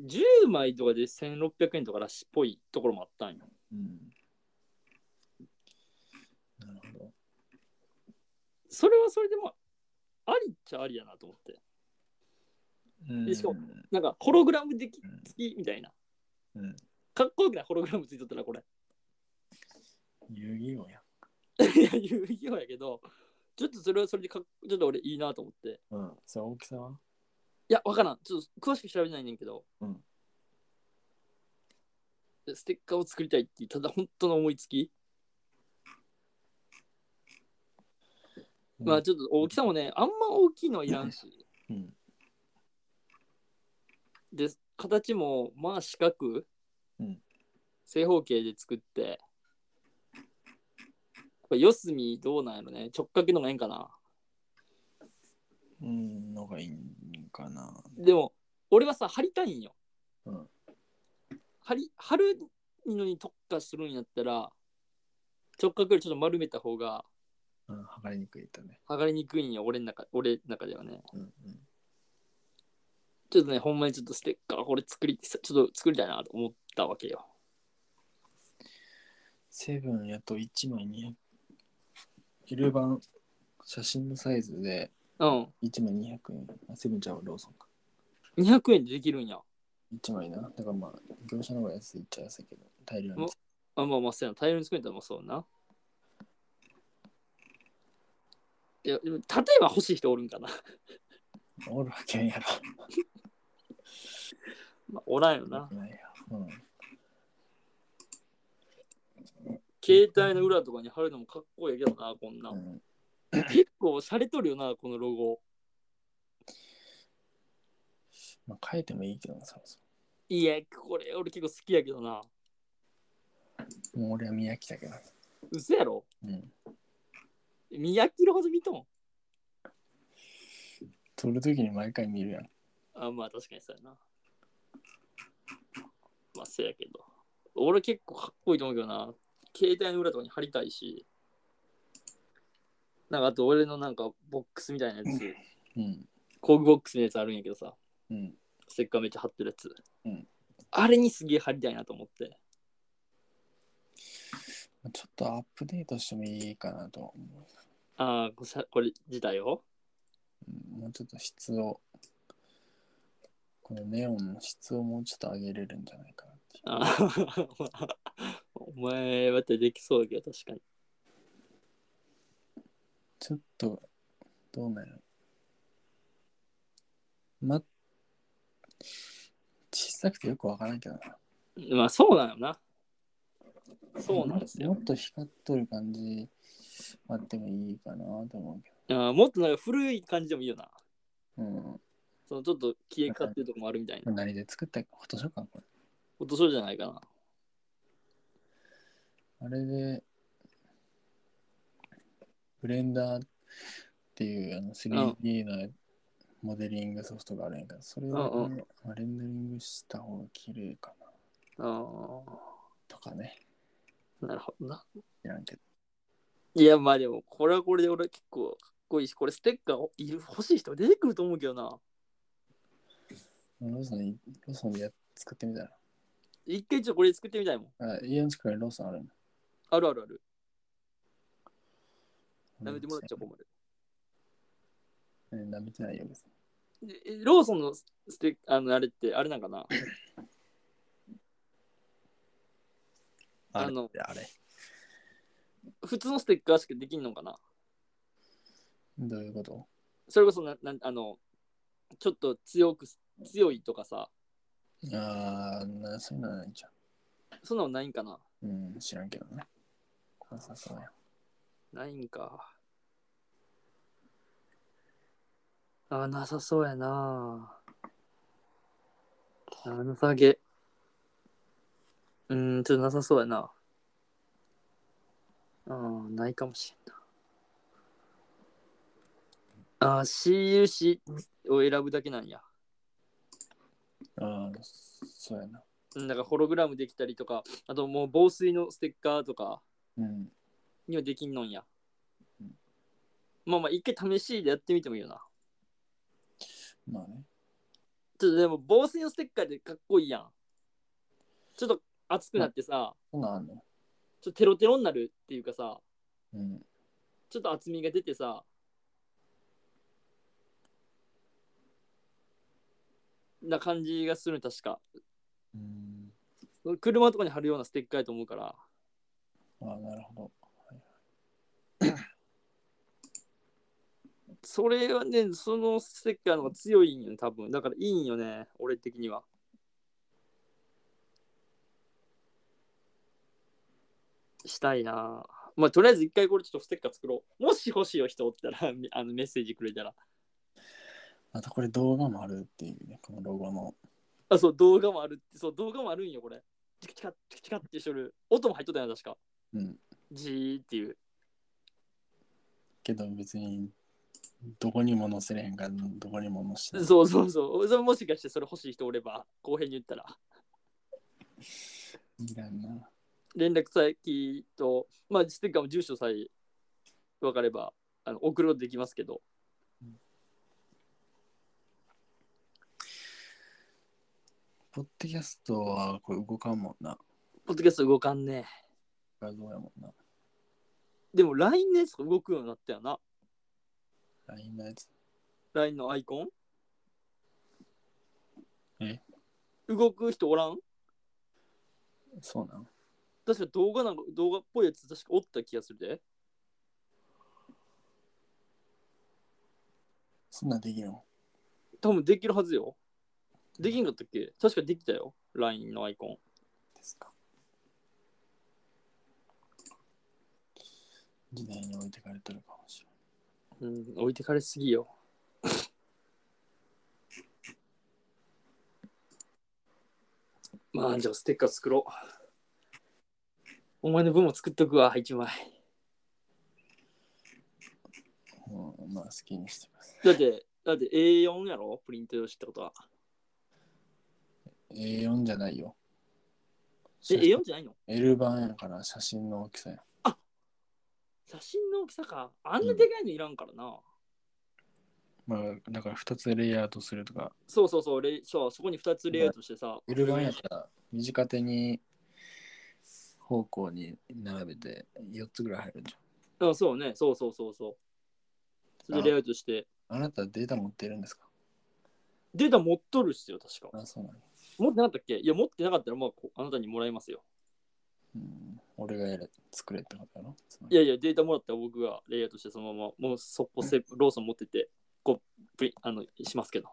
Speaker 1: 10枚とかで1600円とからしっぽいところもあったんよ
Speaker 2: うん。なるほど。
Speaker 1: それはそれでもありっちゃありやなと思って
Speaker 2: うん
Speaker 1: しかもなんかホログラムでき付きみたいな
Speaker 2: うん。
Speaker 1: かっこよくないホログラムついとったらこれ (laughs)
Speaker 2: 遊戯王や。
Speaker 1: いや遊戯王やけどちょっとそれはそれでかっちょっと俺いいなと思って
Speaker 2: うん。それ大きさはい
Speaker 1: やわからんちょっと詳しく調べてないねんけど、
Speaker 2: うん
Speaker 1: ステッカーを作りたいっていうただ本当の思いつき、まあちょっと大きさもねあんま大きいのはいらんし
Speaker 2: うん。
Speaker 1: で形もまあ四角、
Speaker 2: うん
Speaker 1: 正方形で作ってこれ四隅どうなんやろね直角のがええんかな
Speaker 2: うん。のがいいんかな。
Speaker 1: でも俺はさ貼りたいんよ、
Speaker 2: うん
Speaker 1: 貼り貼るのに特化するんやったら直角よりちょっと丸めた方が
Speaker 2: うん。剥がれにくいとね。
Speaker 1: 剥がれにくいんよ俺の中俺の中ではね
Speaker 2: うんうん。
Speaker 1: ちょっとねほんまにちょっとステッカーこれ作りちょっと作りたいなと思ったわけよ
Speaker 2: セブンやと1枚200。昼版写真のサイズで
Speaker 1: うん
Speaker 2: 1枚200円。あ、セブンちゃんはローソンか。
Speaker 1: 200円でできるんや
Speaker 2: 1枚な。だからまあ、業者の方が安いっちゃ安いけど、大量に。
Speaker 1: あまあまあそうやな大量に作れたらもうそうやないやでも例えば欲しい人おるんかな (laughs)
Speaker 2: おるわけんやろ。
Speaker 1: まあおらんよない
Speaker 2: やうん。
Speaker 1: 携帯の裏とかに貼るのもかっこいいけどなこんな
Speaker 2: う、 (laughs) ん
Speaker 1: 結構洒落とるよなこのロゴ
Speaker 2: まあ、書いてもいいけどな、そもそ
Speaker 1: いやこれ俺結構好きやけどな
Speaker 2: も。もう俺は宮城だけど。
Speaker 1: 嘘やろ
Speaker 2: うん。
Speaker 1: 宮城ほど見とん
Speaker 2: 撮るときに毎回見るやん。
Speaker 1: あまあ確かにそうやなまあそうやけど俺結構かっこいいと思うけどな携帯の裏とかに貼りたいしなんかあと俺のなんかボックスみたいなやつ
Speaker 2: うん。
Speaker 1: 工具ボックスのやつあるんやけどさ
Speaker 2: うん。
Speaker 1: ステッカーめっちゃ貼ってるやつ、
Speaker 2: うん
Speaker 1: あれにすげえ貼りたいなと思って
Speaker 2: ちょっとアップデートしてもいいかなとは思う。
Speaker 1: ああ、こさこれ自体を
Speaker 2: うんもうちょっと質を、このネオンの質をもうちょっと上げれるんじゃないかなっていう。
Speaker 1: あー (laughs) お前はってできそうだけど、確かに。
Speaker 2: ちょっと、どうなんやろ。ま、小さくてよくわからんけどな。
Speaker 1: まあそうなのな。そうなんですよ。
Speaker 2: もっと光っとる感じあってもいいかなと思うけ
Speaker 1: あーもっとなんか古い感じでもいいよな。
Speaker 2: ど。うん。
Speaker 1: そのちょっと消えかっていうとこもあるみたいな。
Speaker 2: 何で作ったか、フォトショーかなこ
Speaker 1: 落とそうじゃないかな。
Speaker 2: れ。あれで、ブレンダーっていうあの 3D のモデリングソフトがあるんやけど、それを、
Speaker 1: うん
Speaker 2: まあレンダリングした方が綺麗かな
Speaker 1: あ
Speaker 2: とかね。
Speaker 1: あ、なるほどな。
Speaker 2: いらんけど。
Speaker 1: いや、まあでも、これはこれで俺結構かっこいいし、これステッカーいる欲しい人出てくると思うけどな。
Speaker 2: ローソン、ローソンでやっ作ってみたら。
Speaker 1: 一回ちょっとこれ作ってみたいもん。
Speaker 2: あ、家の近くにローソンあるの。
Speaker 1: あるあるある。舐めてもらっちゃ困る。
Speaker 2: うん舐めてないよ、別に。
Speaker 1: ええローソンのステッあのあれってあれなんかなあの
Speaker 2: あれ。
Speaker 1: 普通のステッカーしかできんのかな
Speaker 2: どういうこと
Speaker 1: それこそななんあのちょっと強く強いとかさ
Speaker 2: ああ、なそういうのはないんじゃ。
Speaker 1: そんなのないんかなん
Speaker 2: うん、知らんけどな。なさそうや。
Speaker 1: ないんかあなさそうやなあなさげうーんちょっとなさそうやなあーないかもしれんなあー CUC を選ぶだけなんや
Speaker 2: ああ、そうやな。
Speaker 1: うんだからホログラムできたりとかあともう防水のステッカーとか
Speaker 2: うん。
Speaker 1: にはできんのんや
Speaker 2: うん。
Speaker 1: まあまあ、一回試しでやってみてもいいよな。
Speaker 2: まあね。
Speaker 1: ちょっとでも、防水のステッカーでかっこいいやん。ちょっと熱くなってさ、
Speaker 2: そんなんあん
Speaker 1: ち
Speaker 2: の
Speaker 1: ょっとテロテロになるっていうかさ、
Speaker 2: うん。
Speaker 1: ちょっと厚みが出てさ、な感じがするの確か。
Speaker 2: うん。
Speaker 1: 車とかに貼るようなステッカーやと思うから。
Speaker 2: ああ、なるほ
Speaker 1: それはね、そのステッカーの方が強いんよね、多分。だからいいんよね、俺的には。したいなぁまあ、とりあえず一回これちょっとステッカー作ろう。もし欲しいよ、人おったら、み (laughs) あのメッセージくれたら。
Speaker 2: ど。あとこれ動画もあるっていうね、このロゴの。
Speaker 1: あ、そう、動画もあるって、そう、動画もあるんよ、これ。チカチカ、チカチカってしとる。音も入っとったよな、確か。
Speaker 2: うん。
Speaker 1: ジーっていう。
Speaker 2: けど別に、どこにも載せれへんから、どこにも載せない。
Speaker 1: そうそうそう。それもしかしてそれ欲しい人おれば、後編に言ったら。
Speaker 2: いらんな。
Speaker 1: 連絡先と、まあ、ステッカーも住所さえ分かればあの送ることできますけど、
Speaker 2: ポッドキャストはこれ動かんもんな。
Speaker 1: ポッドキャスト動かんね
Speaker 2: 画像やもんな。
Speaker 1: でも LINE のやつが動くようになったよな。
Speaker 2: LINE のやつ。
Speaker 1: LINE のアイコン
Speaker 2: え
Speaker 1: 動く人おらん
Speaker 2: そうなん
Speaker 1: 確か動画なんか動画っぽいやつ確かおった気がするで。
Speaker 2: そんなんできるの
Speaker 1: 多分できるはずよ。できんかったっけ確かできたよ。LINE のアイコン。
Speaker 2: ですか時代に置いてかれてるかもし
Speaker 1: うん、置いてかれすぎよ。 (laughs) まあ、じゃあステッカー作ろう。お前の分も作っとくわ、一枚。
Speaker 2: れん。うん、まあ好きにしてます。
Speaker 1: だって、だって A4 やろプリント用紙ってこと (laughs) は。
Speaker 2: A4 じゃないよ。
Speaker 1: え、A4 じゃないの
Speaker 2: L 版やから写真の大きさや。
Speaker 1: 写真の大きさか。あんなでかいのいらんからな。
Speaker 2: まあだから2つレイアウトするとか。
Speaker 1: そうそうそう、レイそうそこに2つレイアウトしてさ。
Speaker 2: L 版やから短手に方向に並べて4つぐらい入るじ
Speaker 1: あそうね、そうそうそうそう。それでレイアウトして、
Speaker 2: ゃん。あなたデータ持ってるんですか
Speaker 1: データ持っとるっすよ、確か。
Speaker 2: あ、そうなの。
Speaker 1: 持ってなかったっけいや、持ってなかったら、まあ、こあなたにもらいますよ。
Speaker 2: うん。俺がやれ、作れってことやろつま
Speaker 1: い
Speaker 2: り
Speaker 1: やいや、データもらったら僕がレイアウトして、そのまま、もうそこせ、ローソン持ってて、こう、プリあの、しますけど。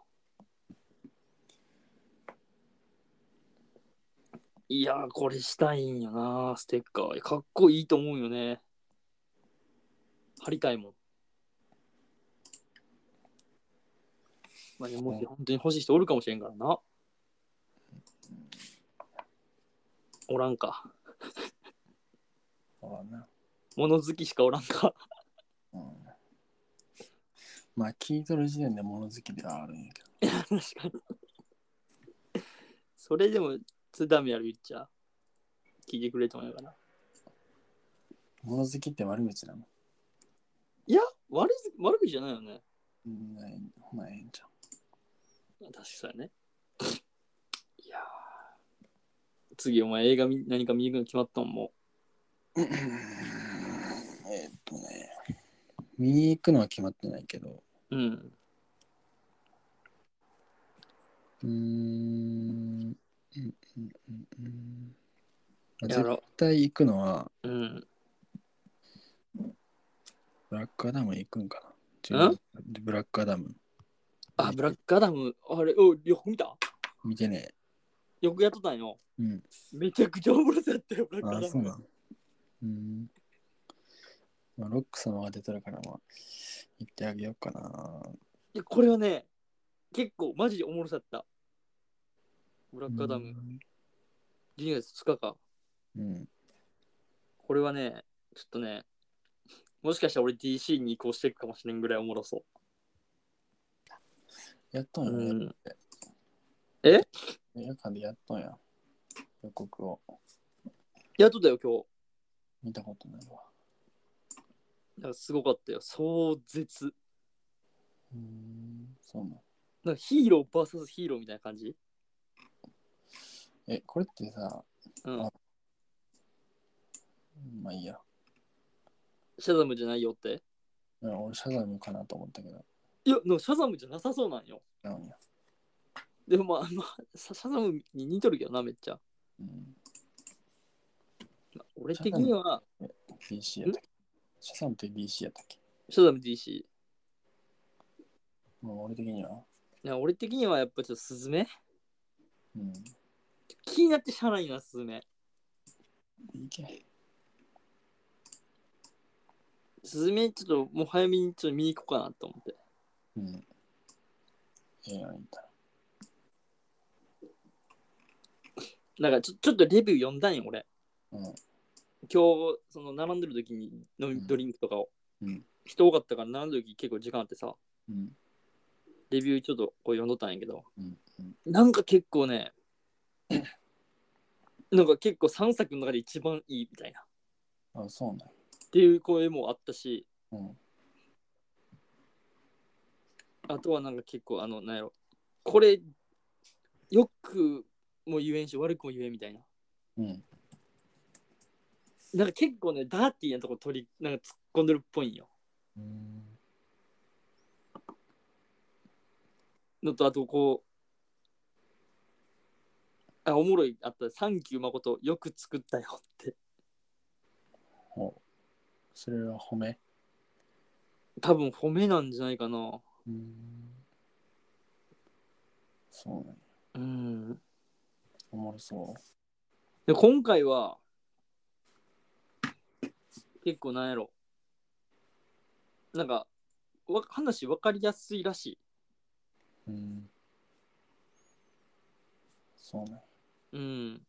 Speaker 1: いやー、これしたいんよな、ステッカー。いやかっこいいと思うよね。貼りたいもん。まあ、でもし本当に欲しい人おるかもしれんからな。おらんか。
Speaker 2: そうだな。
Speaker 1: 物好きしかおらんか。
Speaker 2: うん。まあ、聞いとる時点で物好きではあるんやけど。
Speaker 1: 確かに。それでも、津田みやる言っちゃ、聞いてくれと思うから。
Speaker 2: 物好きって悪口なの。
Speaker 1: 悪ず悪口じゃないよね。
Speaker 2: うん、ないほなええんちゃ
Speaker 1: 確かにね。いやー次お前映画見何か見に行くの決まったんも
Speaker 2: う。えーっとね。見に行くのは決まってないけど。
Speaker 1: う。うん。
Speaker 2: うーん。うんうんうんうんまあ
Speaker 1: や
Speaker 2: 絶
Speaker 1: ろ
Speaker 2: 対行くのは、
Speaker 1: うん。
Speaker 2: ブラックアダム行くんかな。
Speaker 1: ん
Speaker 2: 違うブラックアダム
Speaker 1: あ、ブラックアダム、あれ、およく見た
Speaker 2: 見てね
Speaker 1: よくやっとったんよ。
Speaker 2: え。うん。
Speaker 1: めちゃくちゃおもろかったよ、ブラック
Speaker 2: あ
Speaker 1: ア
Speaker 2: あ、
Speaker 1: ダ
Speaker 2: そう
Speaker 1: ム。
Speaker 2: なの。うん。まあ、ロック様が出てるから、まあ、行ってあげようかな。
Speaker 1: いや、これはね、結構マジでおもろかった。ブラックアダム、12月2日か。
Speaker 2: うん。
Speaker 1: これはね、ちょっとね、もしかしたら俺 DC に移行していくかもしれんぐらいおもろそ
Speaker 2: やっと
Speaker 1: う。
Speaker 2: んよ、ね。
Speaker 1: ん、
Speaker 2: 映画館でやっとんや。予告を
Speaker 1: やっとったよ、今日。
Speaker 2: 見たことないわ。
Speaker 1: だからすごかったよ。壮絶。
Speaker 2: うん。そうなの。
Speaker 1: なんかヒーロー VS ヒーローみたいな感じ
Speaker 2: え、これってさ、
Speaker 1: うん
Speaker 2: あ。まあいいや。
Speaker 1: シャザムじゃないよって
Speaker 2: うん俺、シャザムかなと思ったけど。
Speaker 1: いや、なんかシャザムじゃなさそうなんよ。
Speaker 2: 違うんや。
Speaker 1: でもまあ、まあ、シャシャザムに似とるけどな、めっちゃ。
Speaker 2: うん。
Speaker 1: まあ俺的には、
Speaker 2: DC やったっけシャザムって DC やったっけ
Speaker 1: シャザム DC。
Speaker 2: もう俺的には。
Speaker 1: なんか俺的にはやっぱちょっとスズメ
Speaker 2: うん。
Speaker 1: 気になってしゃあないな、スズメ。
Speaker 2: いけ。
Speaker 1: スズメちょっともう早めにちょっと見に行こうかなと思って。
Speaker 2: うん。映画に行ったら。
Speaker 1: なんかちょちょっとレビュー読んだんよ、俺。
Speaker 2: うん。
Speaker 1: 今日その並んでる時に飲
Speaker 2: う
Speaker 1: み
Speaker 2: ん
Speaker 1: ドリンクとかを、
Speaker 2: うん
Speaker 1: 人多かったから並んでる時結構時間あってさ
Speaker 2: うん。
Speaker 1: レビューちょっとこう読んどったんやけど
Speaker 2: うん。うん。
Speaker 1: なんか結構ね (clears throat) なんか結構3作の中で一番いいみたいなっ
Speaker 2: あ、そうなんや。
Speaker 1: ていう声もあったし
Speaker 2: うん。
Speaker 1: あとはなんか結構あのなんやろこれよくも言えんし悪くも言えんみたいな
Speaker 2: うん。
Speaker 1: なんか結構ねダーティーなとこ取りなんか突っ込んでるっぽいんよ
Speaker 2: うん。
Speaker 1: のとあとこうあおもろいあった「サンキュー誠よく作ったよ」って
Speaker 2: ほう。それは褒め。
Speaker 1: 多分褒めなんじゃないかな
Speaker 2: うん。そうな
Speaker 1: う
Speaker 2: んや。
Speaker 1: ん
Speaker 2: おもろそ。
Speaker 1: で今回は結構なんやろなんかわ話分かりやすいらしいう
Speaker 2: うん。そうなんや。
Speaker 1: うん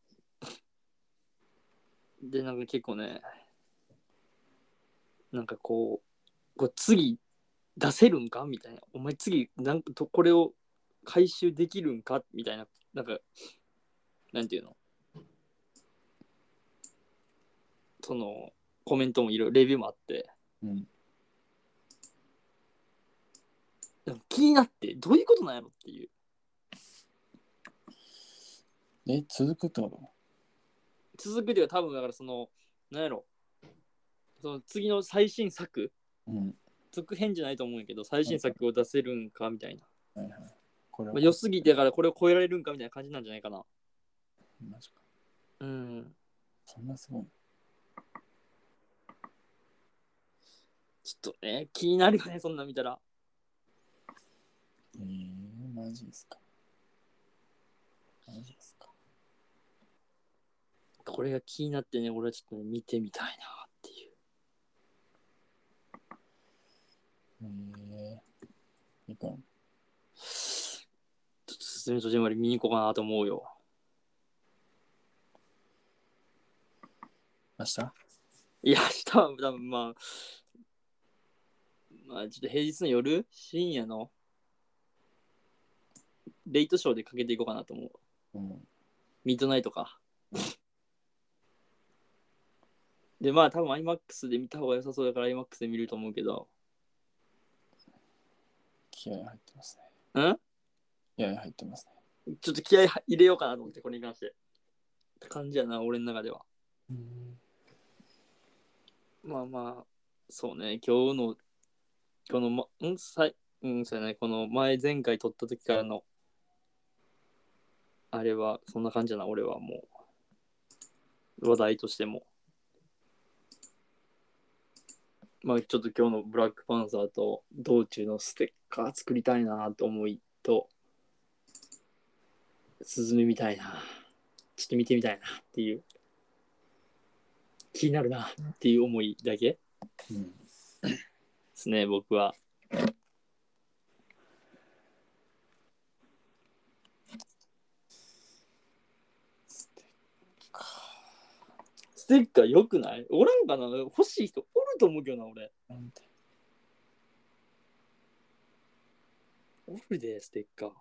Speaker 1: でなんか結構ねなんかこうこう次出せるんかみたいなお前次なんかとこれを回収できるんかみたいななんかなんていうのそのコメントもいろいろレビューもあって
Speaker 2: うん。
Speaker 1: でも気になってどういうことなんやろっていう
Speaker 2: え、続くってこと
Speaker 1: 続くというか多分だからそのなんやろその次の最新作
Speaker 2: うん。
Speaker 1: 続編じゃないと思うんやけど最新作を出せるんかみたいな、
Speaker 2: はいはい。これ
Speaker 1: まあ、良すぎてだからこれを超えられるんかみたいな感じなんじゃないかな
Speaker 2: マジか。
Speaker 1: うん
Speaker 2: そんなすごい。
Speaker 1: ちょっとね気になるよねそんなん見たら
Speaker 2: えー、マジですか。マジですか。
Speaker 1: これが気になってね俺はちょっとね見てみたいなっていう
Speaker 2: えー。みくん、
Speaker 1: ちょっと進めとじまり見に行こうかなと思うよ
Speaker 2: 明日
Speaker 1: いや明日は多分まあまあちょっと平日の夜深夜のレイトショーでかけていこうかなと思う
Speaker 2: うん。
Speaker 1: ミッドナイトか。で、まあ多分 IMAX で見た方が良さそうだから IMAX で見ると思うけど。
Speaker 2: 気合入ってますね。
Speaker 1: ん
Speaker 2: 気合入ってますね。
Speaker 1: ちょっと気合入れようかなと思って、これに関して。って感じやな、俺の中では。
Speaker 2: うん。
Speaker 1: まあまあ、そうね、今日の、この、ま、んさい、うん、そうやね、この前、前回撮った時からの、あれは、そんな感じやな、俺はもう。話題としても。まあ、ちょっと今日のブラックパンサーと道中のステッカー作りたいなと思いと、スズメみたいな、ちょっと見てみたいなっていう、気になるなっていう思いだけ。
Speaker 2: うん。
Speaker 1: ですね、僕は。ステッカーよくないおらんかな欲しい人おると思うけどな、俺。
Speaker 2: なんて。
Speaker 1: おるで、ステッカー。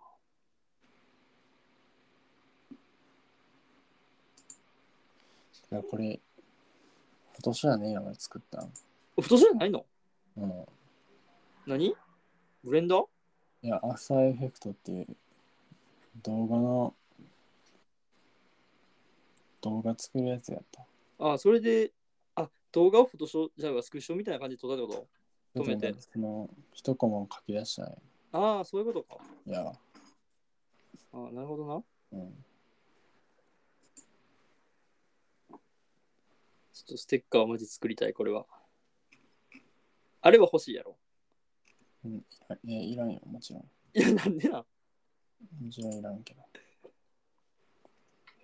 Speaker 2: いや、これ、今年はね、やばい作ったん。
Speaker 1: 太じゃないの
Speaker 2: うん。
Speaker 1: 何ブレンド
Speaker 2: いや、アフターエフェクトっていう動画の動画作るやつやった。
Speaker 1: あ、それで、あ、動画をフォトショー、じゃあスクショみたいな感じで撮ったってこ止めて
Speaker 2: その一コマを書き出したい。
Speaker 1: とああ、そういうことか。
Speaker 2: いや、
Speaker 1: あーなるほどな。
Speaker 2: うん。
Speaker 1: ちょっとステッカーをマジ作りたい、これは。あれは欲しいやろ。
Speaker 2: うん、いやいらんよ、もちろん。
Speaker 1: いや、なんでなん
Speaker 2: もちろんいらんけど。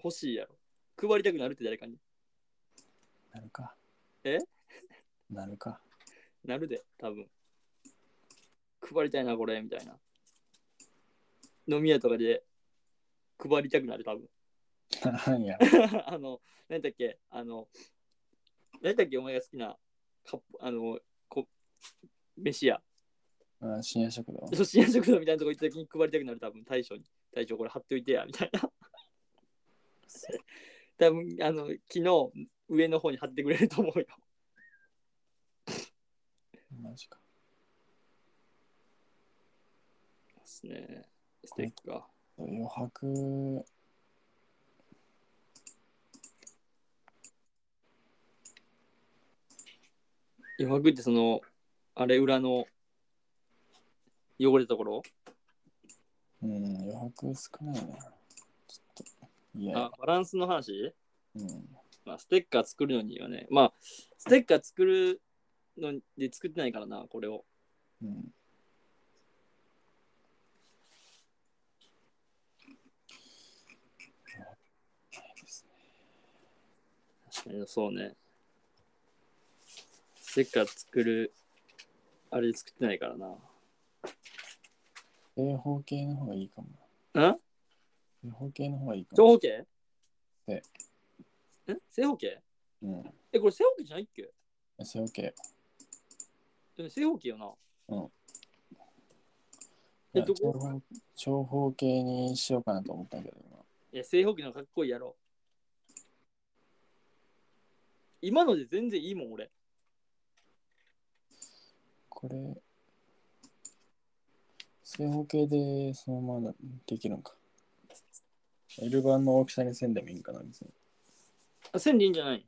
Speaker 1: 欲しいやろ。配りたくなるって誰かに。
Speaker 2: なるか。
Speaker 1: え
Speaker 2: なるか。 (laughs)
Speaker 1: なるで、多分。配りたいな、これ、みたいな。飲み屋とかで配りたくなる、多分。 (laughs)
Speaker 2: なんや。
Speaker 1: あの、なんだっけ、あの、なんだっけ、お前が好きな、カップあの、こ飯屋。
Speaker 2: あ深夜食堂。
Speaker 1: そう深夜食堂みたいなとこ行った時に配りたくなる、多分、大将に。大将、これ貼っておいてや、みたいな。多分、あの、昨日、上の方に貼ってくれると思うよ。
Speaker 2: マジか。
Speaker 1: ですね。ステッカー。
Speaker 2: 余白。
Speaker 1: 余白ってそのあれ裏の汚れたところ
Speaker 2: うん、余白少ないな。ちょっと。いや
Speaker 1: あ、バランスの話、
Speaker 2: うん。
Speaker 1: まあ、ステッカー作るのにはねまあステッカー作るので作ってないからなこれを
Speaker 2: うん。ないですね。
Speaker 1: 確かにそうねステッカー作るあれで作ってないからな
Speaker 2: 正方形の方がいいかも。
Speaker 1: ん
Speaker 2: 正方形の方がいいか
Speaker 1: 長
Speaker 2: も。
Speaker 1: 方形
Speaker 2: え
Speaker 1: え正方形
Speaker 2: うん。
Speaker 1: えこれ正方形じゃないっけ
Speaker 2: 正方形。
Speaker 1: でも正方形よな
Speaker 2: い
Speaker 1: え
Speaker 2: や
Speaker 1: どこ
Speaker 2: 長方長方形にしようかなと思ったけど、今。
Speaker 1: いや正方形の方がかっこいいやろ今ので全然いいもん俺
Speaker 2: これ、正方形でそのままできるんか。L 版の大きさにせんでもいいんかな、別に。
Speaker 1: あ線でいいんじゃない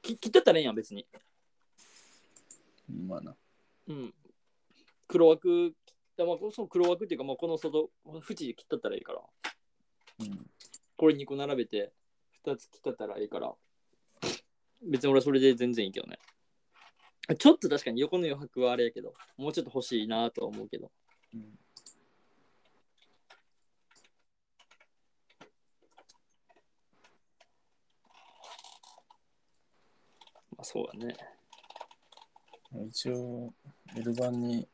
Speaker 1: き切ってったらええやん、別に。
Speaker 2: うんまあな。
Speaker 1: うん。黒枠、いやまあ、その黒枠っていうか、まあ、この外、縁切ったったらいいから。
Speaker 2: うん。
Speaker 1: これ2個並べて、2つ切ったらいいから。別に俺はそれで全然いいけどね。ちょっと確かに横の余白はあれやけど、もうちょっと欲しいなとは思うけど。
Speaker 2: うん
Speaker 1: まあ、そうだね。
Speaker 2: 一応、L 版に、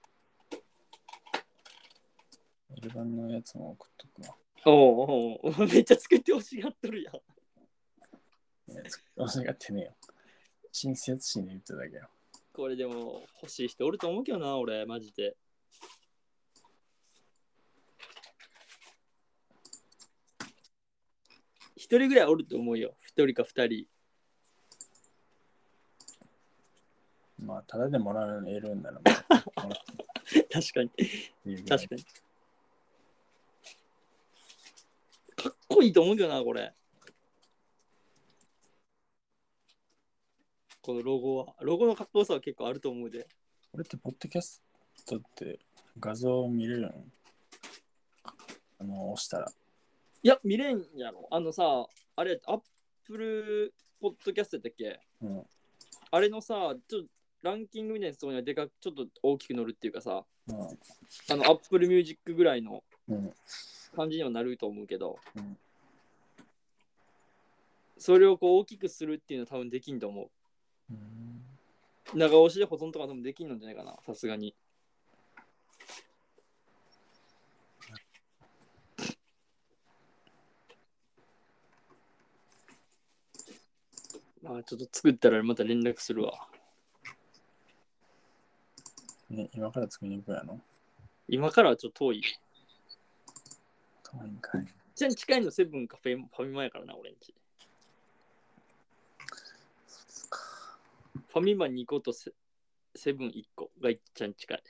Speaker 2: L 版のやつも送っとくわ。
Speaker 1: おうおう (laughs) おうめっちゃ作ってほしがっとるやん。
Speaker 2: 忘れがってねえよ。親切心で言ってるだけよ。
Speaker 1: これでも欲しい人おると思うけどな、俺、マジで。一人ぐらいおると思うよ。一人か二人。 (laughs)
Speaker 2: まあ、ただでもらえるんなら、まあもらって
Speaker 1: 確かに。
Speaker 2: いいぐらい
Speaker 1: 確かに。かっこいいと思うけどな、これ。このロゴは。ロゴのかっこよさは結構あると思うで。
Speaker 2: これって、ポッドキャストって画像見れるのあの、押したら。
Speaker 1: いや、見れんやろ。あのさ、あれ、アップルポッドキャストだっけ
Speaker 2: うん。
Speaker 1: あれのさ、ちょっとランキングみたいなとこにはでかく、ちょっと大きく乗るっていうかさ、
Speaker 2: うん。
Speaker 1: あの、アップルミュージックぐらいの
Speaker 2: うん。
Speaker 1: 感じにはなると思うけど、
Speaker 2: うん
Speaker 1: それをこう大きくするっていうのは多分できんと思
Speaker 2: うん
Speaker 1: う。長押しで保存とか多分できんのじゃないかな、さすがに。まあちょっと作ったらまた連絡するわ。
Speaker 2: ね、今から作りに行くやの
Speaker 1: 今からはちょっと遠い。
Speaker 2: 遠いんかい。
Speaker 1: ちなみに近いのセブンかフェファミマやからな、俺んち。ファミマ2個とセセブン1個がいっちゃん近い。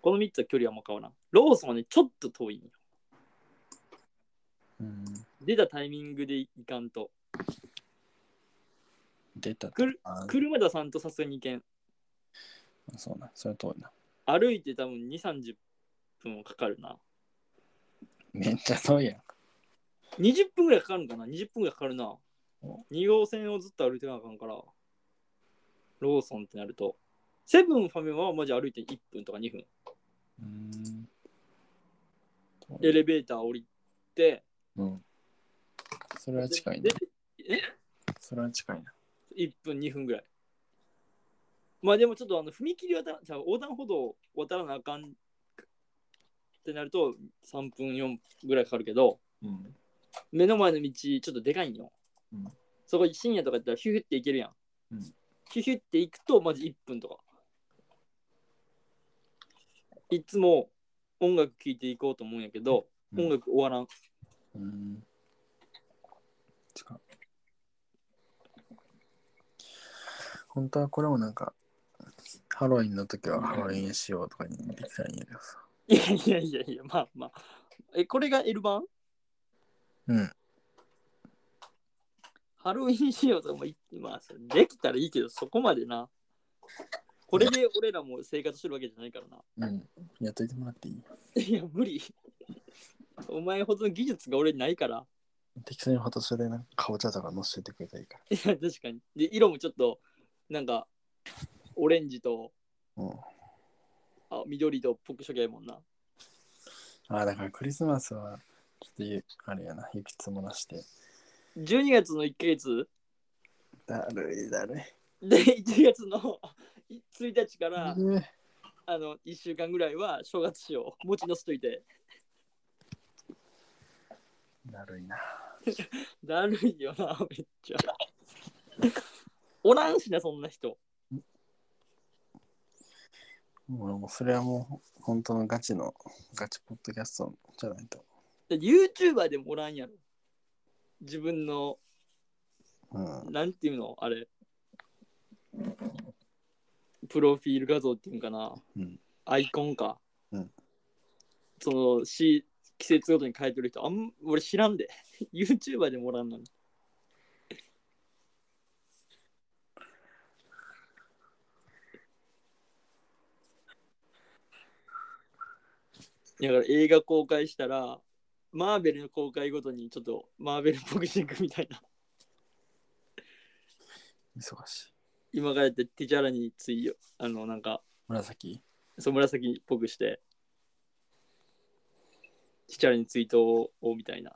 Speaker 1: この3つは距離はあんま変わらん。ローソンはね、ちょっと遠いんよ。
Speaker 2: うん。
Speaker 1: 出たタイミングでいかんと。
Speaker 2: 出た
Speaker 1: くる
Speaker 2: あ
Speaker 1: 車出さんとさすがにいけん。
Speaker 2: そうな、それ遠いな。
Speaker 1: 歩いて多分2、30分はかかるな。
Speaker 2: めっちゃ遠いやん。
Speaker 1: 20分ぐらいかかるんかな ?20 分ぐらいかかるな
Speaker 2: お。
Speaker 1: 2号線をずっと歩いてなあかんから。ローソンってなると。セブンファミマはマジ歩いて1分とか2分。
Speaker 2: うん。
Speaker 1: エレベーター降りて、
Speaker 2: うん。それは近い
Speaker 1: で
Speaker 2: な。それは近いな。
Speaker 1: 1分2分ぐらい。まあでもちょっとあの踏切渡らじゃあ横断歩道を渡らなあかんってなると3分4分ぐらいかかるけど、
Speaker 2: うん。
Speaker 1: 目の前の道ちょっとでかいんよ。
Speaker 2: うん
Speaker 1: そこ深夜とかやったらヒュヒュって行けるやん。
Speaker 2: うん
Speaker 1: ヒュヒュって行くとまず1分とか。いつも音楽聴いていこうと思うんやけど、
Speaker 2: うん
Speaker 1: 音楽終わらん。
Speaker 2: うん。近い。本当はこれもなんか、ハロウィンの時はハロウィン仕様とかにできたらいいんやけどさ。
Speaker 1: いやいやいやいや、まあまあ。え、これが L 版
Speaker 2: うん。
Speaker 1: ハロウィン仕様とかもいまあ、それできたらいいけど、そこまでな。これで俺らも生活してるわけじゃないからな。
Speaker 2: うん。やっといてもらっていい
Speaker 1: いや、無理。お前ほどの技術が俺にないから。
Speaker 2: 適当にフォトショーでなんかかぼちゃとか乗せてくれたらいいから。
Speaker 1: いや、 (laughs) 確かに。で、色もちょっと、なんか、オレンジと
Speaker 2: うん。
Speaker 1: あ緑とっぽくしときゃいいもんな。
Speaker 2: ああ、だからクリスマスは、ちょっとゆ、あれやな、雪積もらして。
Speaker 1: 12月の1ヶ月
Speaker 2: だるいだるい。
Speaker 1: で、1月の1日から、
Speaker 2: うん
Speaker 1: あの、1週間ぐらいは正月仕様、持ちのせといて。
Speaker 2: だるいな。
Speaker 1: だるいよな、めっちゃ。おらんしな、そんな人。
Speaker 2: もう、もうそれはもう、本当のガチの、ガチポッドキャストじゃないと。
Speaker 1: だ YouTuber でもおらんやろ。自分の、
Speaker 2: うん。
Speaker 1: なんていうの、あれ。プロフィール画像っていうんかな。
Speaker 2: うん
Speaker 1: アイコンか。
Speaker 2: うん
Speaker 1: そのし、季節ごとに変えてる人、あん俺知らんで。YouTuber でもおらんのに。いやだから映画公開したら、マーベルの公開ごとにちょっとマーベルボクシングみたいな。
Speaker 2: 忙しい。
Speaker 1: 今からやってティチャラについよ、あの、なんか、
Speaker 2: 紫
Speaker 1: そう紫っぽくして、ティチャラにツイートをみたいな。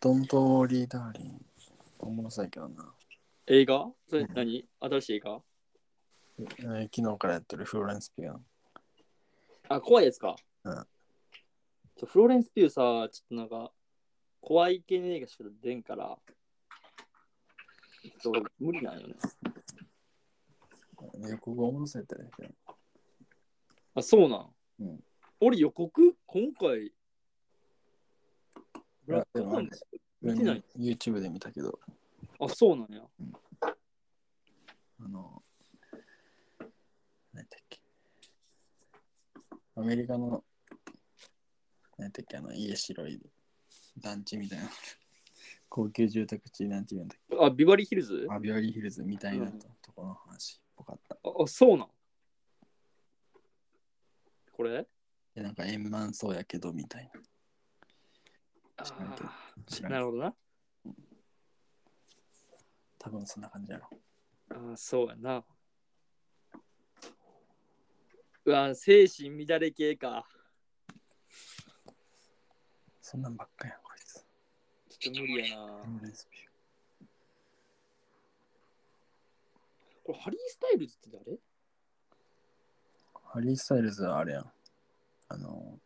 Speaker 2: ドントーリーダーリン。おもろそうやけどな。
Speaker 1: 映画それ何、新しい映画
Speaker 2: えー昨日からやってるフローレンス・ピアン。
Speaker 1: あ、怖いやつか。
Speaker 2: うん
Speaker 1: ちょフローレンス・ピューさ、ちょっとなんか、怖い系の映画しか出んから、ちょっと俺無理なんよね。
Speaker 2: 予告おもろそうやったらいいけど。
Speaker 1: あ、そうなん。
Speaker 2: うん
Speaker 1: 俺予告今回、ブラック
Speaker 2: でも
Speaker 1: パ
Speaker 2: あ
Speaker 1: ン
Speaker 2: れ
Speaker 1: チ。見てない。
Speaker 2: YouTube で見たけど、
Speaker 1: あ、そうなんや。
Speaker 2: あの、何やったっけ。アメリカの、何やったっけ、あの、家白い団地みたいな。高級住宅地団地みたい
Speaker 1: あ、ビバリーヒルズ
Speaker 2: な。アビオリーヒルズみたいな
Speaker 1: うん
Speaker 2: とこの話っぽかった。
Speaker 1: あ、あそうなん。これ
Speaker 2: で、なんか円満そうやけどみたいな。
Speaker 1: あ
Speaker 2: 知らんけど知
Speaker 1: ー
Speaker 2: ら
Speaker 1: な
Speaker 2: んけど
Speaker 1: るほどな。
Speaker 2: 多分そんな感じやろ。
Speaker 1: あーそうやな。うわ、精神乱れ系か。
Speaker 2: そんなんばっかやん、こいつ。
Speaker 1: ちょっと無理やな
Speaker 2: ロ。ーレンスピュ
Speaker 1: これハリー・スタイルズって誰
Speaker 2: ーハリー・スタイルズはあれやん。あの、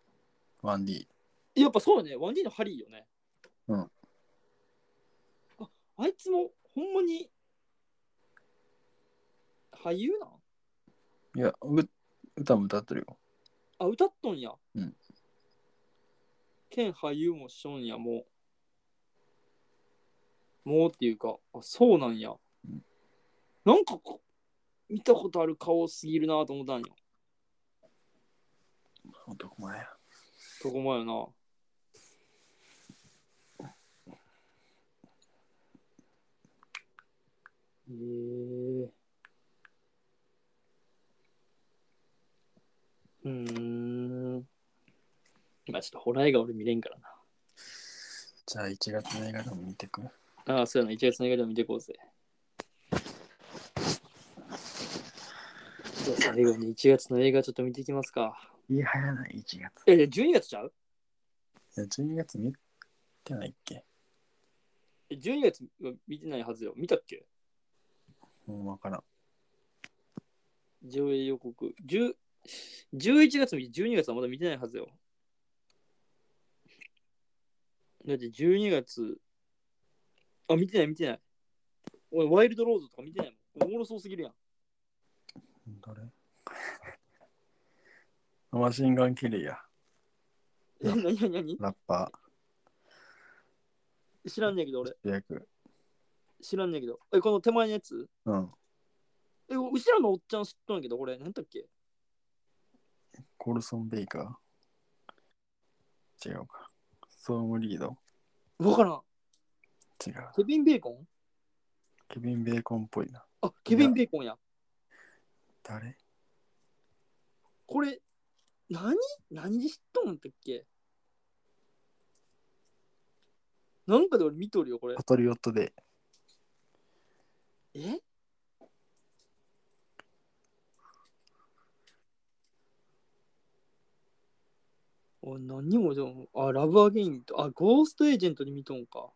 Speaker 2: 1D。
Speaker 1: やっぱそうだね。ワンディのハリーよね。
Speaker 2: うん
Speaker 1: あ、あいつもほんまに俳優なん
Speaker 2: いや、う歌も歌ってるよ。
Speaker 1: あ、歌っとんや。
Speaker 2: うん。
Speaker 1: 兼俳優もしとんや、もう。もうっていうか、あ、そうなんや。
Speaker 2: ん
Speaker 1: なんかこ見たことある顔すぎるなと思ったんや。
Speaker 2: 男前や。
Speaker 1: そこもやな。えー、うーん。まあちょっとホラー映画俺見れんから
Speaker 2: じゃあ1月の映画でも見てく。
Speaker 1: な。ああ、そうやな。1月の映画でも見てこうぜ。じゃあ最後に1月の映画ちょっと見ていきますか。
Speaker 2: いや、早ない、1月。いや、
Speaker 1: え、12月ちゃう
Speaker 2: 12月見てないっけ
Speaker 1: え ?12 月は見てないはずよ。見たっけ
Speaker 2: もうわからん。
Speaker 1: 上映予告。10 11月も12月はまだ見てないはずよ。だって12月。あ、見てない見てない。俺、ワイルドローズとか見てないもん。おもろそうすぎるやん。 (laughs)
Speaker 2: 誰マシンガンキリーや。
Speaker 1: え、 (laughs) なになになに
Speaker 2: ラッパ
Speaker 1: 知らんねんけど、俺。
Speaker 2: ー、主役。
Speaker 1: 知らんねんけど。え、この手前のやつ
Speaker 2: うん。
Speaker 1: え、後ろのおっちゃん知っとんやけど、俺、なんだっけ
Speaker 2: コルソン・ベイカー違うか。ソーム・リード
Speaker 1: わからん。
Speaker 2: 違う。
Speaker 1: ケビン・ベーコン
Speaker 2: ケビン・ベーコンっぽいな。
Speaker 1: あ、ケビン・ベーコンや。
Speaker 2: 誰
Speaker 1: これ、何何で知っとんやったっけなんかで俺見とるよ、これ
Speaker 2: パ。トリオットで。
Speaker 1: えお何もでも、あ、ラブアゲインと、あ、ゴーストエージェントに見とんか。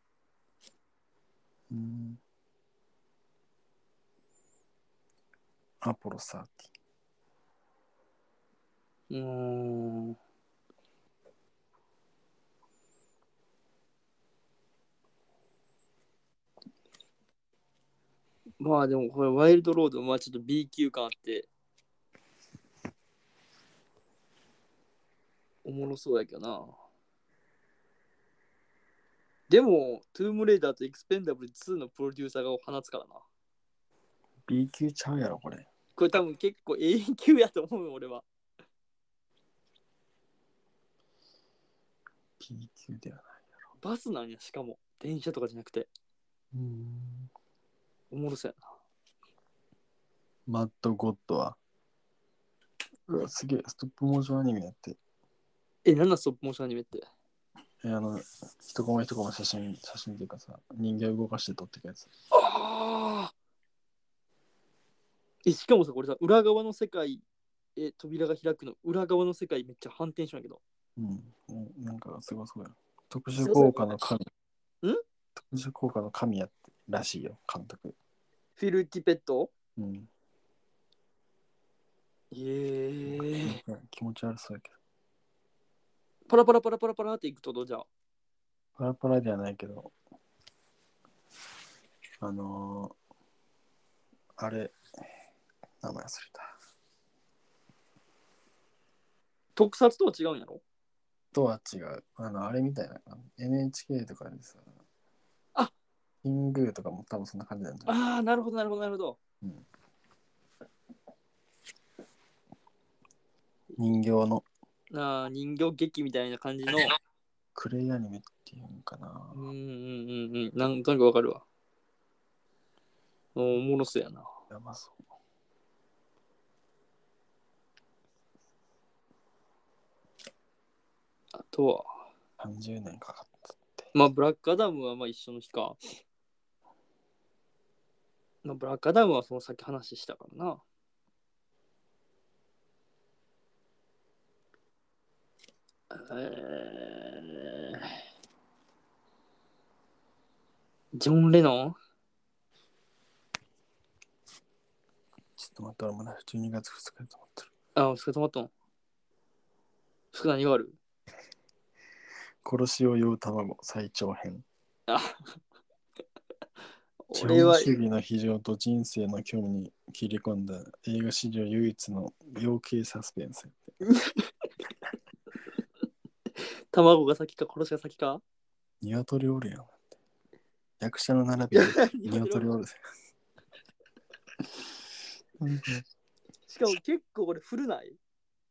Speaker 2: うん。アポロ30。
Speaker 1: うーん。まあでもこれワイルドロードまあちょっと B 級感あっておもろそうやけどなでもトゥームレイダーとエクスペンダブル2のプロデューサーが放つからな
Speaker 2: B 級ちゃうやろ、これ。
Speaker 1: これ多分結構 A 級やと思うよ俺は
Speaker 2: B 級ではない。
Speaker 1: バスなんやしかも電車とかじゃなくて
Speaker 2: うん。
Speaker 1: おもろそうやな。
Speaker 2: マッド・ゴッドは。うわ、すげえ、ストップモーションアニメやって。
Speaker 1: え、なんなんストップモーションアニメって。
Speaker 2: え、あの、一コマ一コマ写真、写真っていうかさ、人形動かして撮ってくやつ。
Speaker 1: ああえ、しかもさ、これさ、裏側の世界、え、扉が開くの、裏側の世界めっちゃ反転しなけど。
Speaker 2: うん。うんなんか、すごそうや。特殊効果の神。
Speaker 1: ん
Speaker 2: 特殊効果の神やってらしいよ、監督。
Speaker 1: フィルティペット
Speaker 2: うん。
Speaker 1: えー、
Speaker 2: 気持ち悪そうやけど。
Speaker 1: パラパラパラパラパラっていくとどうじゃあ。
Speaker 2: パラパラではないけど、あのー、あれ、名前忘れた。
Speaker 1: 特撮とは違うんやろ
Speaker 2: とは違う。あの、あれみたいな。あの NHK とかでさ、
Speaker 1: あ
Speaker 2: キングーとかも多分そんな感じなんじゃない
Speaker 1: ああ、なるほど、なるほど、なるほど。
Speaker 2: 人形の
Speaker 1: なあ人形劇みたいな感じの。
Speaker 2: クレイアニメっていうんかな
Speaker 1: う。んうんうんうん。なんとなくわかるわ。おおもろそうやな。
Speaker 2: やばそう。
Speaker 1: あとは、
Speaker 2: 30年かかったって。
Speaker 1: まあ、ブラックアダムはまあ一緒の日か。まあ、ブラックアダムはその先話したからな。えー、ジョン・レノン
Speaker 2: ちょっと待って、俺まだ12月2日だと思ってる。
Speaker 1: あ、それ止まったのそれ何がある
Speaker 2: 殺しを酔う卵最長編。資
Speaker 1: 俺は
Speaker 2: 本主義の非常と人生の興味に切り込んだ映画史上唯一の養鶏サスペンスやって。
Speaker 1: 卵が先か殺しが先か
Speaker 2: 鶏おるやん。役者の並
Speaker 1: (laughs)
Speaker 2: びで鶏おるぜ。うん
Speaker 1: しかも結構これ古ない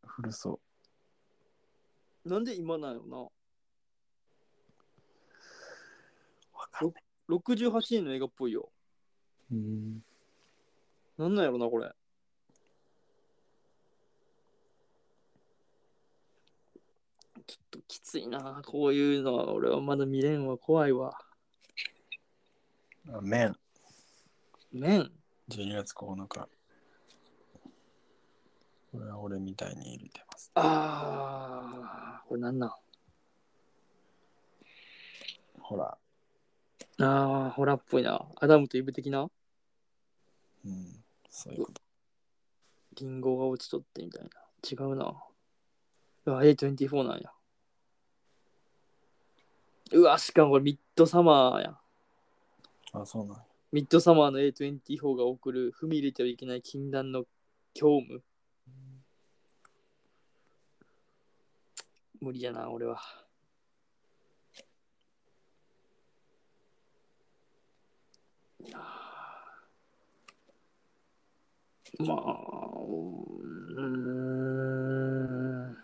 Speaker 2: 古そ
Speaker 1: なんで今なんやろ
Speaker 2: う。わかる。
Speaker 1: な68年の映画っぽいよ
Speaker 2: うん。
Speaker 1: なんなんやろなこれちょっときついなこういうのは俺はまだ見れんわ怖いわ
Speaker 2: あメン。
Speaker 1: 麺
Speaker 2: 12月9日。これは俺みたいに入れてます。
Speaker 1: あーこれなんなん
Speaker 2: ほら。
Speaker 1: あーホラーっぽいなアダムとイブ的な
Speaker 2: うん。そういうこと。
Speaker 1: リンゴが落ちとってみたいな。違うな。うわ、A24 なんや。うわ、しかもこれミッドサマーや。
Speaker 2: あ、そうなんや
Speaker 1: ミッドサマーの A24 が送る踏み入れてはいけない禁断の教務。無理やな、俺は。いやーまあ、うーん。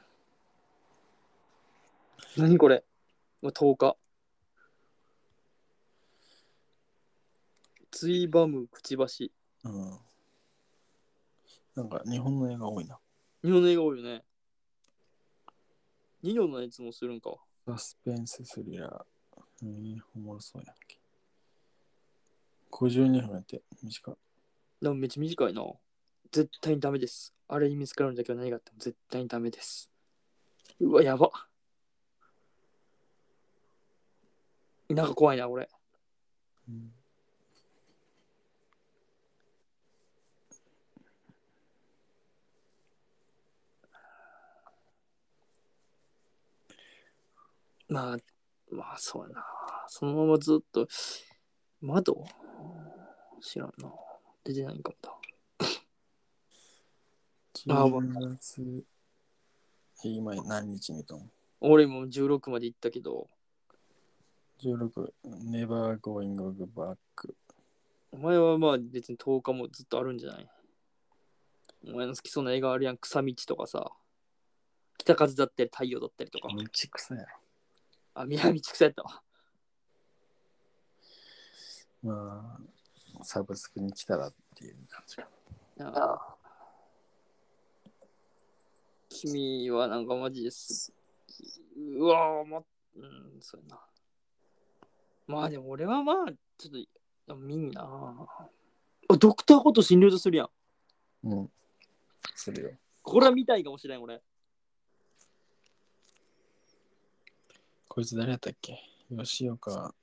Speaker 1: 何これ ?10 日。ついばむくちばし。
Speaker 2: うん。なんか日本の映画多いな。
Speaker 1: 日本の映画多いよね。ニノのやつもするんか。
Speaker 2: サスペンススリラー。えー、おもろそうやんけ。52分やって、短い。
Speaker 1: でもめっちゃ短いな。絶対にダメです。あれに見つかるんだけど何があっても絶対にダメです。うわ、やば。なんか怖いな、これ。
Speaker 2: うん
Speaker 1: まあ、まあ、そうやな。そのままずっと、窓知らんな。出てないんかもだ。あわ
Speaker 2: 12月。え今何日見たの
Speaker 1: 俺も16まで行ったけど、
Speaker 2: ?16、Never Going Back。
Speaker 1: お前はまあ別に10日もずっとあるんじゃないお前の好きそうな映画あるやん、草道とかさ、北風だったり太陽だったりとか。
Speaker 2: めちくさやろ。
Speaker 1: あ、南千草やったわ。
Speaker 2: まあ、サブスクに来たらっていう感じか
Speaker 1: なあ君はなんかマジです。うわぁ、ま、うん、そうやな。まあでも俺はまあ、ちょっと、みんな。あ、ドクターこと診療所するやん。
Speaker 2: うん。するよ。
Speaker 1: これは見たいかもしれん、俺。
Speaker 2: こいつ誰やったっけ吉岡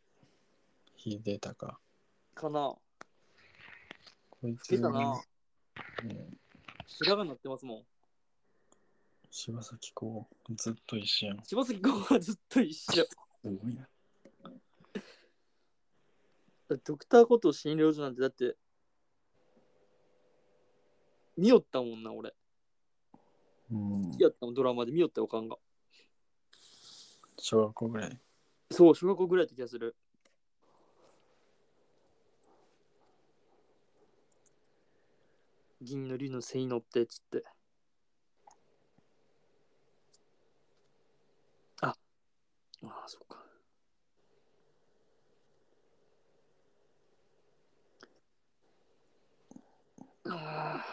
Speaker 2: 秀隆。
Speaker 1: かな。
Speaker 2: こいつ
Speaker 1: 出たな。
Speaker 2: うん。
Speaker 1: 白髪になってますもん。
Speaker 2: 柴咲コウ、ずっと一緒やん。す
Speaker 1: 柴崎剛はずっと一緒。
Speaker 2: ごいな。
Speaker 1: (laughs) ドクターこと診療所なんてだって見よったもんな俺
Speaker 2: うん
Speaker 1: 好き。やったもんドラマで見よったよおかんが
Speaker 2: 小学校ぐらい。
Speaker 1: そう小学校ぐらいって気がする銀の竜の背に乗ってっつってあああそっかあ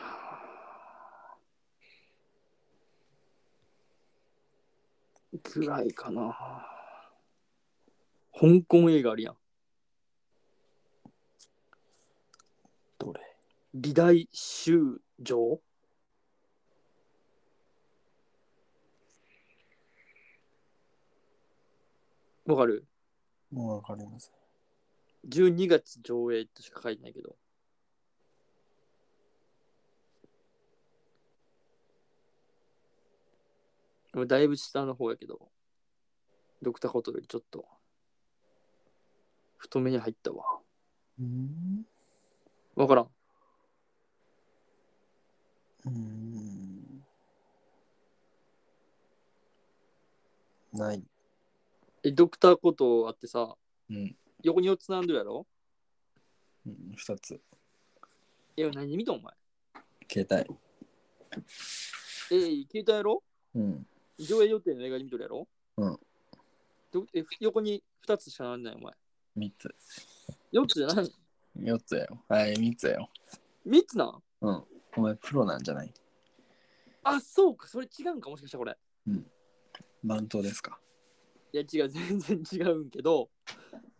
Speaker 1: あぐらいかな香港映画あるやん
Speaker 2: どれ
Speaker 1: 美大修女わかる
Speaker 2: もうわかります。
Speaker 1: ?12 月上映としか書いてないけど。もうだいぶ下の方やけど、ドクターコトよりちょっと、太めに入ったわ。
Speaker 2: うん。
Speaker 1: わからん。
Speaker 2: うん。ない。
Speaker 1: え、ドクターコトあってさ、
Speaker 2: うん。
Speaker 1: 横に4つ並んでるやろ
Speaker 2: うん、二つ。
Speaker 1: え、何見たお前。
Speaker 2: 携帯。
Speaker 1: えー、携帯やろ
Speaker 2: うん。
Speaker 1: 上映予定の映画に見とるやろ
Speaker 2: うん
Speaker 1: どえ横に2つしかなんないお前。
Speaker 2: 三つ。
Speaker 1: 4つじゃない
Speaker 2: 四つやよ。はい、三つやよ。
Speaker 1: ?3 つなん
Speaker 2: うん。お前プロなんじゃない
Speaker 1: あ、そうか、それ違うんか、もしかしたらこれ。
Speaker 2: 番頭ですか
Speaker 1: いや違う、 (laughs) 全然違うんけど、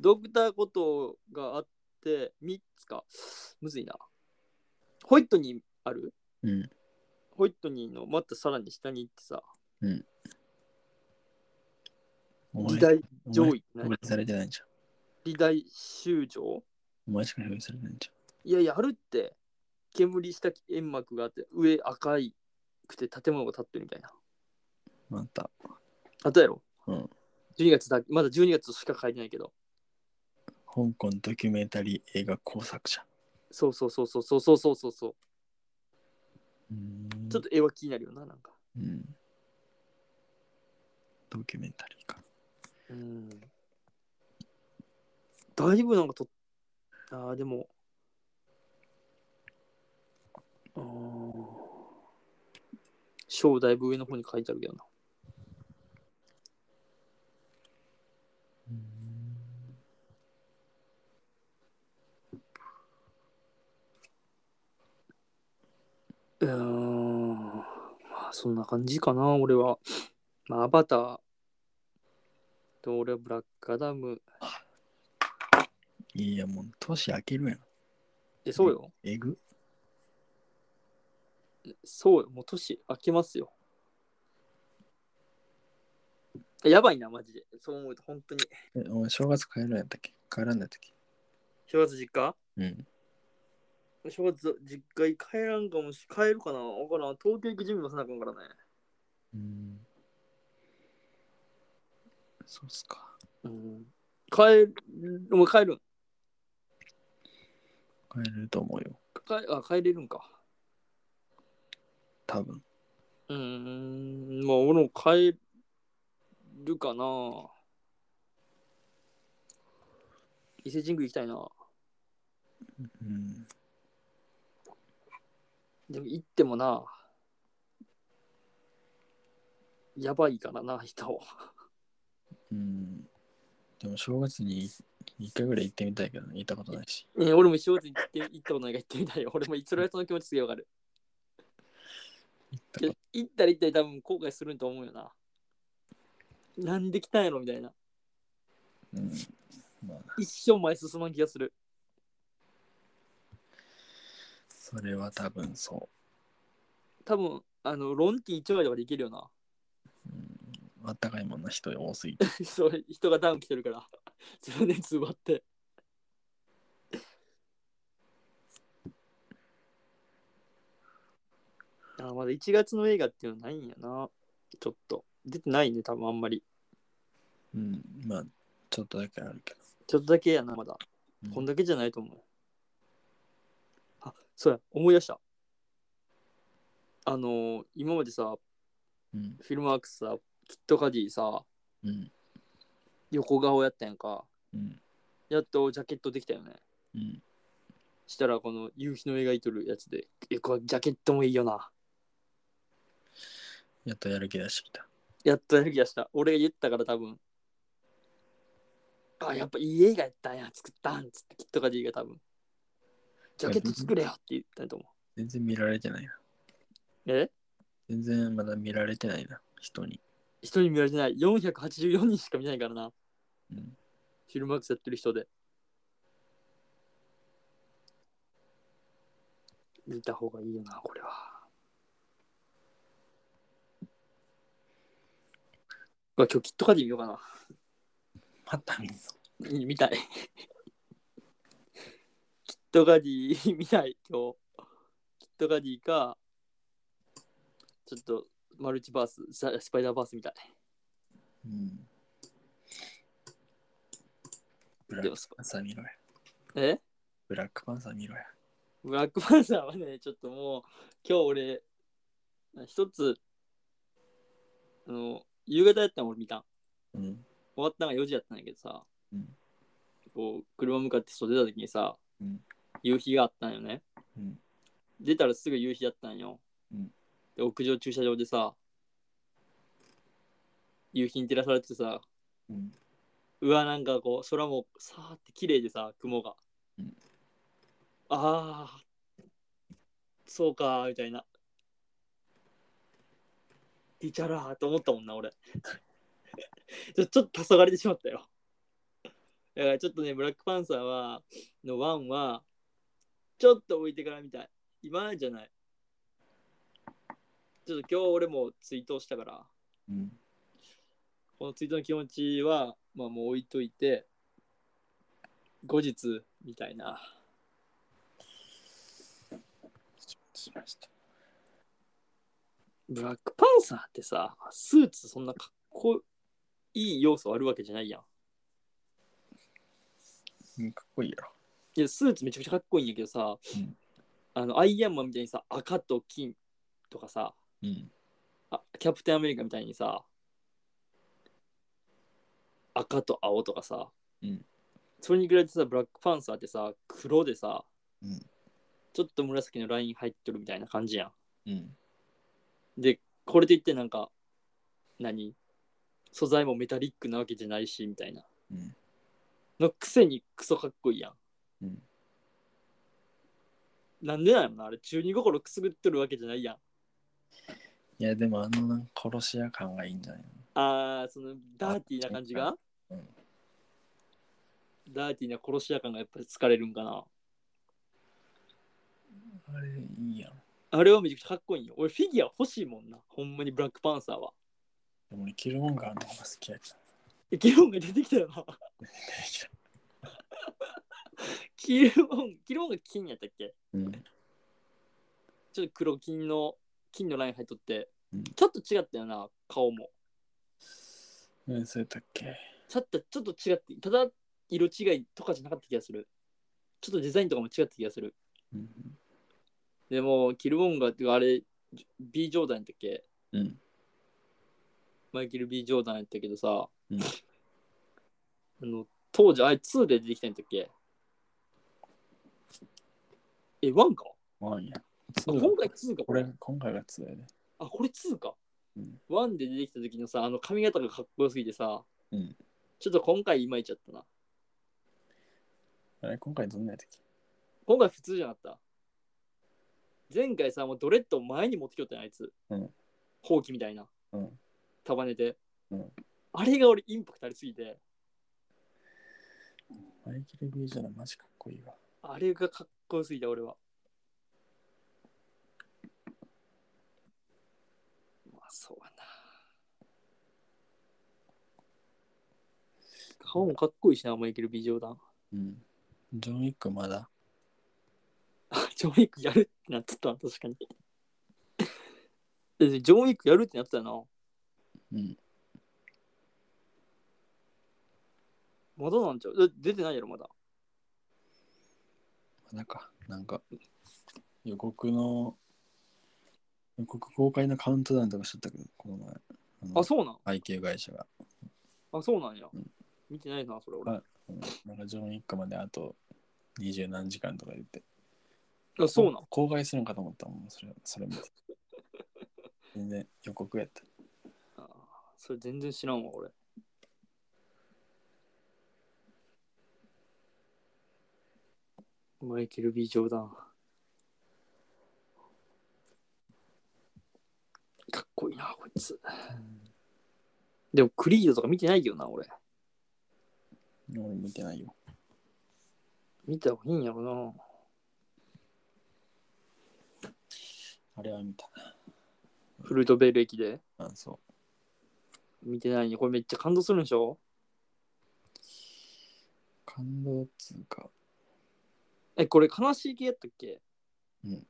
Speaker 1: ドクターことがあって3つか。むずいな。ホイットニーある
Speaker 2: うん。
Speaker 1: ホイットニーのまたさらに下に行ってさ、
Speaker 2: お前
Speaker 1: 時代上位って
Speaker 2: お
Speaker 1: 何
Speaker 2: 前表示されてないんじゃん。
Speaker 1: 時代修正
Speaker 2: お前しか表示されてないんじ
Speaker 1: いやいや、あるって、煙した煙幕があって、上赤いくて建物が建ってるみたいな。
Speaker 2: ゃん。また。
Speaker 1: あとやろ。
Speaker 2: うん。
Speaker 1: 12月だ、まだ12月しか書いてないけど。
Speaker 2: 香港ドキュメンタリー映画工作者。
Speaker 1: そうそうそうそうそうそうそうそうそう
Speaker 2: ーん
Speaker 1: う。ちょっと絵は気になるよな、なんか。
Speaker 2: うん。ドキュメンタリーか。
Speaker 1: うん。だいぶなんかと、ああ、でも。ああ。章だいぶ上の方に書いてあるけどな。うーん。まあ、そんな感じかな、俺は。まあ、アバターと、俺はブラックアダム。
Speaker 2: いや、もう年明けるやん。
Speaker 1: え、そうよ。
Speaker 2: えぐ
Speaker 1: そうよ。もう年明けますよ。やばいな、マジで。そう思うと、本当に。
Speaker 2: えお前正月帰らんやったっけ帰らんだったっけ
Speaker 1: 正月実家
Speaker 2: うん。
Speaker 1: 正月実家に帰らんかもし、帰るかなわからん。東京行く準備もせなあかんからね。
Speaker 2: うん。そうっすか。
Speaker 1: うん。帰る、お前帰るん
Speaker 2: 帰れると思うよ。
Speaker 1: 帰あ、帰れるんか。
Speaker 2: 多分。
Speaker 1: うーん、まあ俺も帰るかな。伊勢神宮行きたいな。
Speaker 2: うん。
Speaker 1: でも行ってもな、やばいからな、人。
Speaker 2: うん。でも正月に一回ぐらい行ってみたいけど、行ったことないし。
Speaker 1: えー俺も一生行って行ったことないから行ってみたいよ。俺もそれはその気持ちすげえわかる。
Speaker 2: 行った
Speaker 1: け
Speaker 2: こ
Speaker 1: ど行ったら行ったら多分後悔するんと思うよな。なんで来たんやろみたいな。
Speaker 2: とうん。まあ、
Speaker 1: 一生前進まん気がする。
Speaker 2: それは多分そ
Speaker 1: 多分あの、ロンティ一割とかでいけるよな。
Speaker 2: う。うん、あったかいもんな、人多すぎて。
Speaker 1: そう人がダウン来てるから。 (laughs) 自分で熱奪って。あまだ1月の映画っていうのないんやな。ちょっと。出てないね、多分あんまり。
Speaker 2: うん。まあ、ちょっとだけあるけど。
Speaker 1: ちょっとだけやな、まだ
Speaker 2: う。ん
Speaker 1: こんだけじゃないと思う。あ、そうや、思い出した。あのー今までさ、
Speaker 2: うん。
Speaker 1: フィルマークスさ、キットカディさ、
Speaker 2: うん。
Speaker 1: 横顔やったやんか。
Speaker 2: うん。
Speaker 1: やっとジャケットできたよね。
Speaker 2: うん。
Speaker 1: したら、この夕日の描いとるやつで、え、これジャケットもいいよな。
Speaker 2: やっとやる気出してきた。
Speaker 1: やっとやる気がした。俺が言ったから多分。あ、やっぱいい映画やったんや、作ったんつって、キットカディが多分。ジャケット作れよって言ったんやと思
Speaker 2: 全然見られてないな。
Speaker 1: う。え
Speaker 2: 全然まだ見られてないな、人に。
Speaker 1: 人に見られてない484人しか見ないからな
Speaker 2: うん。
Speaker 1: フィルマークスやってる人で見た方がいいよなこれはうわ今日キットカディ見ようかな
Speaker 2: また見んの
Speaker 1: うん見たい (laughs) キットカディ見たい今日キットカディかちょっとマルチバースススパイダーバースみたい
Speaker 2: うん。ブラ
Speaker 1: で
Speaker 2: ッ
Speaker 1: も
Speaker 2: ク
Speaker 1: ス
Speaker 2: パンサー見ろや。
Speaker 1: え
Speaker 2: ブラックパンサー見ろや。
Speaker 1: ブラックパンサーはね、ちょっともう、今日俺、一つ、あの、夕方やったの俺見たん。
Speaker 2: うん。
Speaker 1: 終わったのが4時やったんやけどさ、
Speaker 2: うん
Speaker 1: こう、車向かって外出た時にさ、
Speaker 2: うん
Speaker 1: 夕日があったんよね。
Speaker 2: うん。
Speaker 1: 出たらすぐ夕日やったんよ。
Speaker 2: うん
Speaker 1: で、屋上駐車場でさ、夕日に照らされてさ、
Speaker 2: うん。
Speaker 1: うわ、なんかこう、空もさーって綺麗でさ、雲が。
Speaker 2: うん
Speaker 1: ああ、そうかー、みたいな。ディチャラーと思ったもんな、俺。 (laughs) ちょちょっと黄昏れてしまったよ。だからちょっとね、ブラックパンサーは、の1は、ちょっと置いてからみたい。今じゃない。ちょっと今日俺もツイートしたから。
Speaker 2: うん。
Speaker 1: このツイートの気持ちは、まあ、もう置いといて、後日みたいな。
Speaker 2: しました。
Speaker 1: ブラックパンサーってさ、スーツそんなかっこいい要素あるわけじゃないやん。
Speaker 2: うん、かっこいいやろ。
Speaker 1: いや、スーツめちゃくちゃかっこいいんやけどさ、
Speaker 2: うん
Speaker 1: あの、アイアンマンみたいにさ、赤と金とかさ、
Speaker 2: うん。
Speaker 1: あキャプテンアメリカみたいにさ、赤と青とかさ、
Speaker 2: うん
Speaker 1: それに比べてさ、ブラックパンサーってさ、黒でさ、
Speaker 2: うん
Speaker 1: ちょっと紫のライン入ってるみたいな感じやん。
Speaker 2: うん。
Speaker 1: で、これといってなんか、何素材もメタリックなわけじゃないし、みたいな。
Speaker 2: うん。
Speaker 1: のくせにクソかっこいいやん。
Speaker 2: うん
Speaker 1: なんでなのなあれ、中二心くすぐっとるわけじゃないやん。
Speaker 2: いや、でもあのなんか殺し屋感がいいんじゃないの
Speaker 1: あー、そのダーティーな感じが、
Speaker 2: うん
Speaker 1: ダーティーな殺し屋感がやっぱり疲れるんかな。
Speaker 2: あれ、いいやん。
Speaker 1: あれはめちゃくちゃかっこいいよ。俺フィギュア欲しいもんな。ほんまにブラックパンサーは。
Speaker 2: でも俺、キルモンガーの方が好きやけど。
Speaker 1: え、議論が出てきたよ
Speaker 2: (laughs)
Speaker 1: な。キロン、キロンが金やったっけ
Speaker 2: うん。
Speaker 1: ちょっと黒金の金のライン入っとって、
Speaker 2: うん
Speaker 1: ちょっと違ったよな顔も
Speaker 2: うん、そうやったっけ
Speaker 1: ちょっとちょっと違ってただ色違いとかじゃなかった気がするちょっとデザインとかも違った気がする
Speaker 2: うん。
Speaker 1: でもキルボンガーっていうかあれ B ジョーダンやったっけ
Speaker 2: うん。
Speaker 1: マイケル B ジョーダンやったけどさ、
Speaker 2: うん
Speaker 1: あの当時あれ2で出てきたんやったっけえ1かあ
Speaker 2: まあいいや。
Speaker 1: 今回2か
Speaker 2: こ
Speaker 1: これ
Speaker 2: れ、今回が2やで。
Speaker 1: あこれ2か、
Speaker 2: うん
Speaker 1: 1で出てきた時のさあの髪型がかっこよすぎてさ、
Speaker 2: うん
Speaker 1: ちょっと今回いまいちゃったな
Speaker 2: あれ今回どんなやつだっ
Speaker 1: 今回普通じゃなかった前回さもうドレッドを前に持ってきよったんあいつ、
Speaker 2: うん
Speaker 1: ほうきみたいな、
Speaker 2: うん
Speaker 1: 束ねて、
Speaker 2: うん
Speaker 1: あれが俺インパクトありすぎて
Speaker 2: けマイケル・ビージョンマジかっこいいわ。
Speaker 1: あれがかっこよすぎた俺はまあそうやな顔もかっこいいしなマイケル・ビジョーダン
Speaker 2: うん。ジョン・ウィックまだ。
Speaker 1: あジョン・ウィックやるってなってた、確かに。えジョン・ウィックやるってなってたな。
Speaker 2: うん。
Speaker 1: まだなんちゃうだ出てないやろ、まだ。
Speaker 2: まだか。なんか、予告の、予告公開のカウントダウンとかしちゃったけど、この前。の
Speaker 1: あ、そうなん。
Speaker 2: IQ 会社が。
Speaker 1: あ、そうなんや
Speaker 2: うん。
Speaker 1: 見てないな、それ
Speaker 2: は
Speaker 1: 俺。
Speaker 2: いうんなんかジョン・ウィックまであと二十何時間とか言って。
Speaker 1: あ、そうなん。
Speaker 2: 公開するんかと思ったもん、それそれ見て。全然予告やった。
Speaker 1: あそれ全然知らんわ、俺。マイケル・ B ・ジョーダン。かっこいいな、こいつ。でも、クリードとか見てないよな、俺。
Speaker 2: 俺見てないよ。
Speaker 1: 見た方がいいんやろな。
Speaker 2: あれは見た
Speaker 1: フルートベル駅で
Speaker 2: な。あ、そ
Speaker 1: 見てないね。これめっちゃ感動するんでしょ
Speaker 2: う。感動っつうか。
Speaker 1: え、これ悲しい系やったっけ
Speaker 2: うん。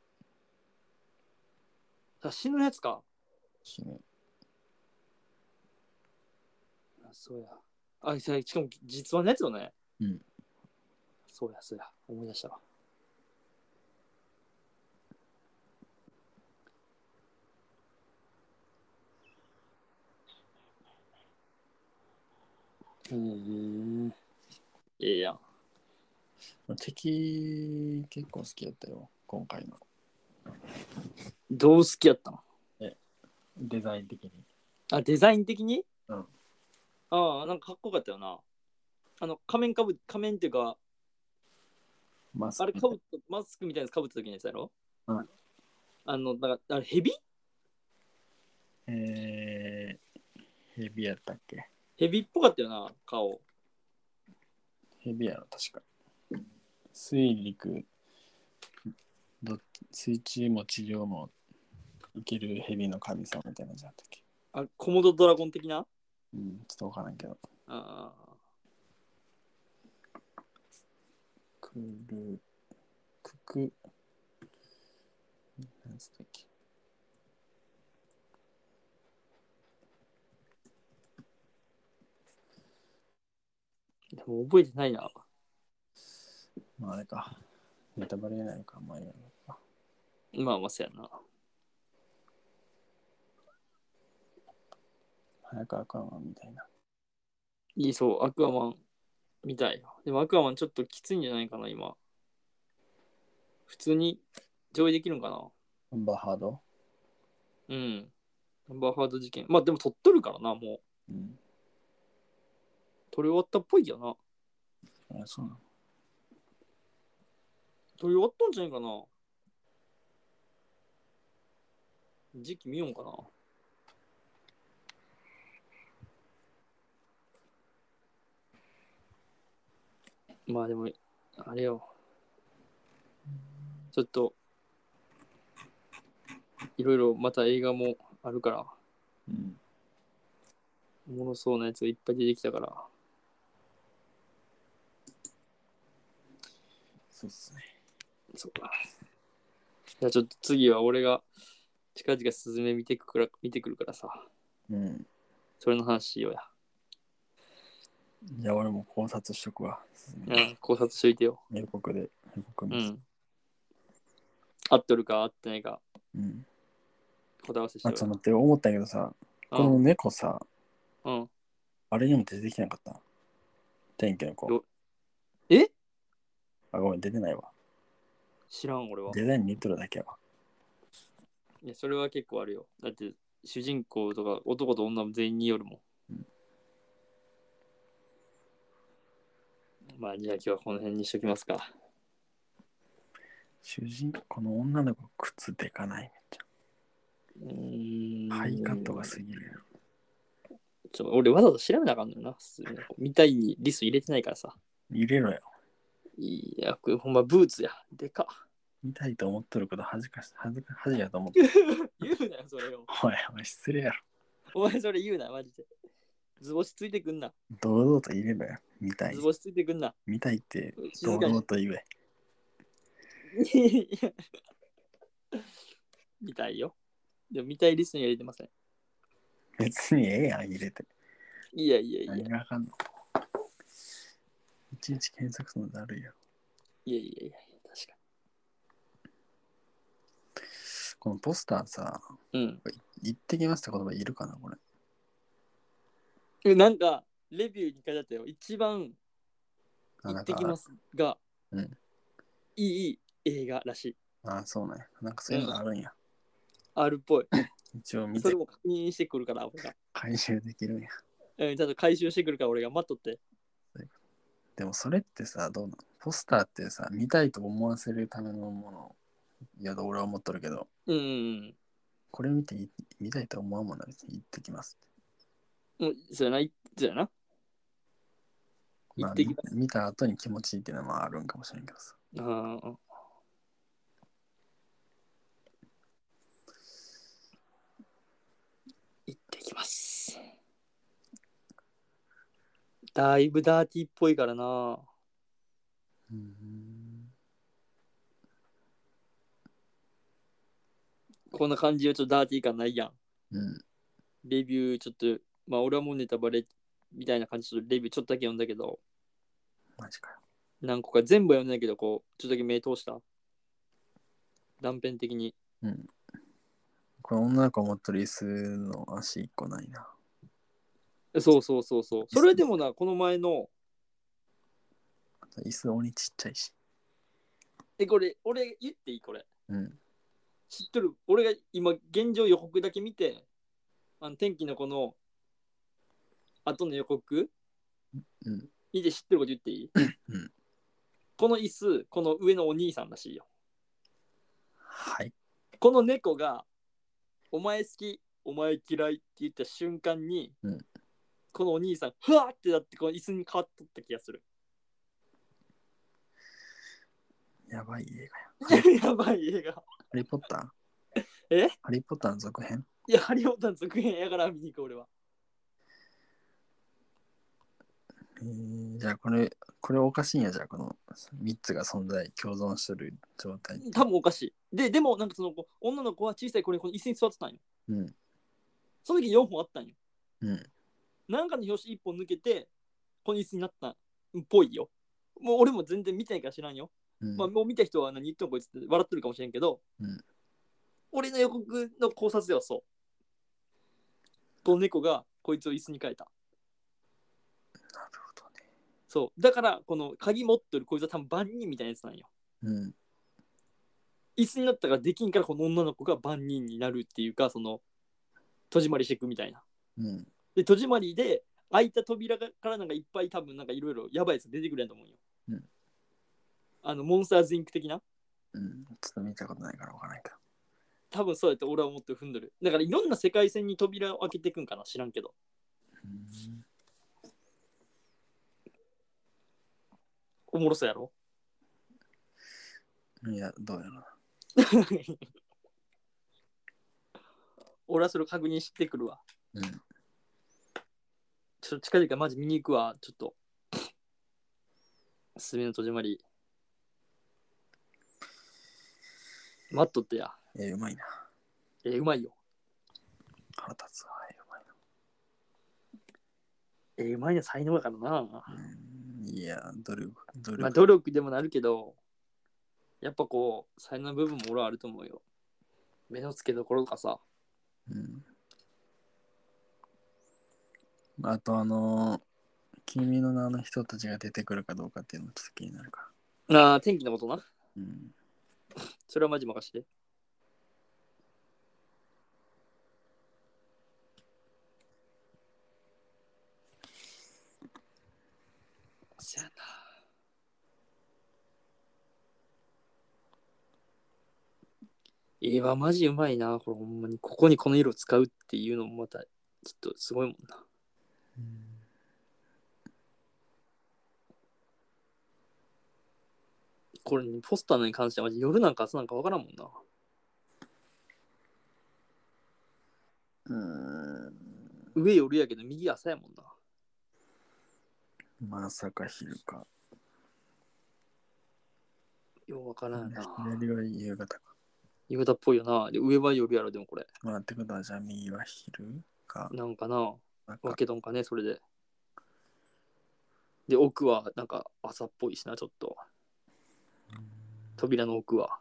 Speaker 1: あ、死ぬやつか。
Speaker 2: 死ぬ。
Speaker 1: あそうや。あ、それしかも実話のやつよね。
Speaker 2: うん。
Speaker 1: そうや、そうや。思い出したわ。うん。いいやん。
Speaker 2: 敵結構好きやったよ。今回の。
Speaker 1: どう好きやったの
Speaker 2: デザイン的に。
Speaker 1: あ、デザイン的に
Speaker 2: うん。
Speaker 1: ああ、なんかかっこよかったよな。あの、仮面かぶ、仮面っていうか、
Speaker 2: マスク
Speaker 1: あれかぶっマスクみたいなやつかぶった時のやつやろ
Speaker 2: うん。
Speaker 1: あの、だから、あれ、ヘビ
Speaker 2: えー、ヘビやったっけ
Speaker 1: ヘビっぽかったよな、顔。
Speaker 2: ヘビやろ、確か。水陸、どっ水中も治療もいけるヘビの神様みたいな感じだったっけ
Speaker 1: あ、コモドドラゴン的な
Speaker 2: うん、ちょっとわからんけど。
Speaker 1: ああ。
Speaker 2: クル、クク、なんつったっけ
Speaker 1: でも覚えてないな。
Speaker 2: まああれか。ネタバレやないか、まあいいやろ
Speaker 1: まあまあ、そうやな。
Speaker 2: 早くアクアマンみたいな。
Speaker 1: いい、そう、アクアマンみたいよ。でもアクアマンちょっときついんじゃないかな、今。普通に上位できるんかな。
Speaker 2: アンバーハード
Speaker 1: うん。ナンバーハード事件。まあでも取っとるからな、もう。
Speaker 2: うん。
Speaker 1: 取り終わったっぽいよな。
Speaker 2: あ、そうなの
Speaker 1: 取り終わったんじゃないかな。時期見ようかな。まあでも、あれよ。ちょっと、いろいろまた映画もあるから、
Speaker 2: うん。
Speaker 1: おもろそうなやつがいっぱい出てきたから。
Speaker 2: そうっすね。
Speaker 1: そうか。じゃあちょっと次は俺が近々スズメ見てくから見てくるからさ、
Speaker 2: うん。
Speaker 1: それの話しようや。
Speaker 2: じゃあ俺も考察しとくわ。
Speaker 1: うん、考察しといてよ。
Speaker 2: 予告で。予告
Speaker 1: う
Speaker 2: 見て
Speaker 1: ん。合ってるか合ってないか
Speaker 2: うん。
Speaker 1: 答え合わせし
Speaker 2: あ、
Speaker 1: て
Speaker 2: ちょっと
Speaker 1: よ
Speaker 2: 待って、思ったけどさ、
Speaker 1: う
Speaker 2: この
Speaker 1: ん。
Speaker 2: 猫さ、
Speaker 1: うん。
Speaker 2: あれにも出てきてなかった。天気の子
Speaker 1: よ。え
Speaker 2: あ、ごめん、出てないわ。
Speaker 1: 知らん俺は。
Speaker 2: デザイン似とるだけやわ。
Speaker 1: いや、それは結構あるよ。だって主人公とか男と女も全員によるもん。まあ、じゃあ今日はこの辺にしときますか。
Speaker 2: 主人公の女の子、靴でかない。
Speaker 1: うーん。
Speaker 2: ハイカットが過ぎるやろ。
Speaker 1: ちょ俺わざわざ調べなあかんのよな。普通に見たいにリスト入れてないからさ。
Speaker 2: 入れろよ。
Speaker 1: いや、これほんまブーツや。でかっ。 (laughs)
Speaker 2: 見たいと思っとること恥ずかし、恥ずか、恥やと思って。
Speaker 1: 言うなよ、それを。
Speaker 2: おい、お前失礼やろ。
Speaker 1: (laughs) お前それ言うな、マジで。図星ついてくんな。
Speaker 2: 堂々と言えばよ。見たい
Speaker 1: 図。星ついてくんな。
Speaker 2: 見たいって、
Speaker 1: 静
Speaker 2: 堂
Speaker 1: かに
Speaker 2: 々。と言え。
Speaker 1: いや (laughs) 見たいよ。でも見たいリストには入れてません。
Speaker 2: 別にええやん、入れて。
Speaker 1: いやいやいや。
Speaker 2: 何がわかんのいちいち検索するのだるいよ。
Speaker 1: いやいやいや、確か
Speaker 2: このポスターさ、
Speaker 1: に。うん。
Speaker 2: 行ってきますって言葉いるかな、これ。。
Speaker 1: えなんか、レビューに書いてあったよ。一番行ってきますすが、
Speaker 2: うん
Speaker 1: いい映画らしい。
Speaker 2: ああ、そうね。なんかそういうのがあるんや。
Speaker 1: あるっぽい。
Speaker 2: 一応 (laughs) 見
Speaker 1: そ
Speaker 2: て
Speaker 1: れも確認してくるから、俺が。
Speaker 2: 回収できるんや。
Speaker 1: うん、ちゃんと回収してくるから、俺が待っとって。
Speaker 2: でもそれってさ、どうなのポスターってさ、見たいと思わせるためのもの。いや、俺は思っとるけど、
Speaker 1: うんうん
Speaker 2: これ見てい見たいと思わんもんな、別に行ってきますって。
Speaker 1: うん。もう、そうやな、いそうやな。
Speaker 2: まあ
Speaker 1: 行ってきます
Speaker 2: み見た後に気持ちいいっていうのはまああるんかもしれんけどさ。
Speaker 1: あー行ってきます。だいぶダーティーっぽいからな。
Speaker 2: うん。
Speaker 1: こんな感じはちょっとダーティー感ないやん。
Speaker 2: うん。
Speaker 1: レビューちょっと、まあ俺はもうネタバレみたいな感じでレビューちょっとだけ読んだけど、
Speaker 2: マジかよ。
Speaker 1: 何個か全部は読んだけど、こう、ちょっとだけ目通した。断片的に。
Speaker 2: これ女の子持っとる椅子の足一個ないな。
Speaker 1: そうそうそうそう。それでもな、この前の、
Speaker 2: あと椅子鬼ちっちゃいし。
Speaker 1: え、これ、俺言っていいこれ。
Speaker 2: うん。
Speaker 1: 知っとる。俺が今、現状予告だけ見て、あの天気のこの、後の予告
Speaker 2: うん。
Speaker 1: 見て知ってること言っていい、
Speaker 2: うん
Speaker 1: この椅子、この上のお兄さんらしいよ。
Speaker 2: はい。
Speaker 1: この猫が「お前好きお前嫌い」って言った瞬間に、
Speaker 2: うん
Speaker 1: このお兄さんふわーってなってこの椅子に変わっとった気がする
Speaker 2: やばい映画や。
Speaker 1: (laughs) やばい映画
Speaker 2: ハリー・ポッター
Speaker 1: え
Speaker 2: ハリー・ポッターの続編
Speaker 1: いやハリオタン続編やから見に行こう俺は
Speaker 2: えーじゃあこれ、これおかしいんや、じゃあこの3つが存在、共存してる状態。
Speaker 1: 多分おかしいででもなんかその子女の子は小さい頃にこの椅子に座ってたんよ
Speaker 2: うん。
Speaker 1: その時4本あったんよ
Speaker 2: うん。
Speaker 1: なんかの表紙1本抜けてこの椅子になったっぽいよもう俺も全然見てないから知らんよ
Speaker 2: うん
Speaker 1: まあ、もう見た人は何言ってもこいつって笑ってるかもしれんけど、
Speaker 2: うん
Speaker 1: 俺の予告の考察ではそう。この猫がこいつを椅子に変えた。
Speaker 2: なるほどね。
Speaker 1: そう。だから、この鍵持ってるこいつは多分万人みたいなやつなんよ。
Speaker 2: うん。
Speaker 1: 椅子になったからできんから、この女の子が万人になるっていうか、その、戸締まりしていくみたいな。
Speaker 2: うん。
Speaker 1: で、戸締まりで、開いた扉がからなんかいっぱい多分なんかいろいろやばいやつ出てくるやんと思うよ。
Speaker 2: うん
Speaker 1: あの、モンスターズインク的な
Speaker 2: うん。ちょっと見たことないからわからないけど。
Speaker 1: 多分そうやって俺は思って踏んどる。だからいろんな世界線に扉を開けていくんかな知らんけど。
Speaker 2: うん
Speaker 1: おもろそうやろ (laughs)
Speaker 2: いや、どうやろな。
Speaker 1: 俺はそれを確認してくるわ。
Speaker 2: うん。
Speaker 1: ちょっと近々マジ見に行くわ。ちょっと。 (laughs) すすめの戸締まり。待っとってや。
Speaker 2: えーうまいな。
Speaker 1: えーうまいよ。
Speaker 2: 腹立つわ。えーうまい
Speaker 1: えーうまいの才能だからな。
Speaker 2: な。うんいや、努力、努力。
Speaker 1: まあ努力でもなるけど、やっぱこう、才能の部分も俺はあると思うよ。目の付けどころがさ。
Speaker 2: うん。あと、あのー君の名の人たちが出てくるかどうかっていうのもちょっと気になるか
Speaker 1: ああ、天気のことな。
Speaker 2: ら。うん。
Speaker 1: それはマジ任して。そやな。絵はマジうまいな。これほんまに、ここにこの色使うっていうのもまた、ちょっとすごいもんな。これ、ポスターのに関してはマジ夜なんか朝なんかわからんもんな。
Speaker 2: うん。
Speaker 1: 上夜やけど右朝やもんな。
Speaker 2: まさか昼か。
Speaker 1: ようわからんな。
Speaker 2: 左は夕方か。
Speaker 1: 夕方っぽいよな。で、上は夜やろ、でもこれ。
Speaker 2: まあ、ってことは、じゃあ右は昼か。
Speaker 1: なんかな。
Speaker 2: なんか
Speaker 1: 分けとんかね、それで。で、奥はなんか朝っぽいしな、ちょっと。扉の奥は。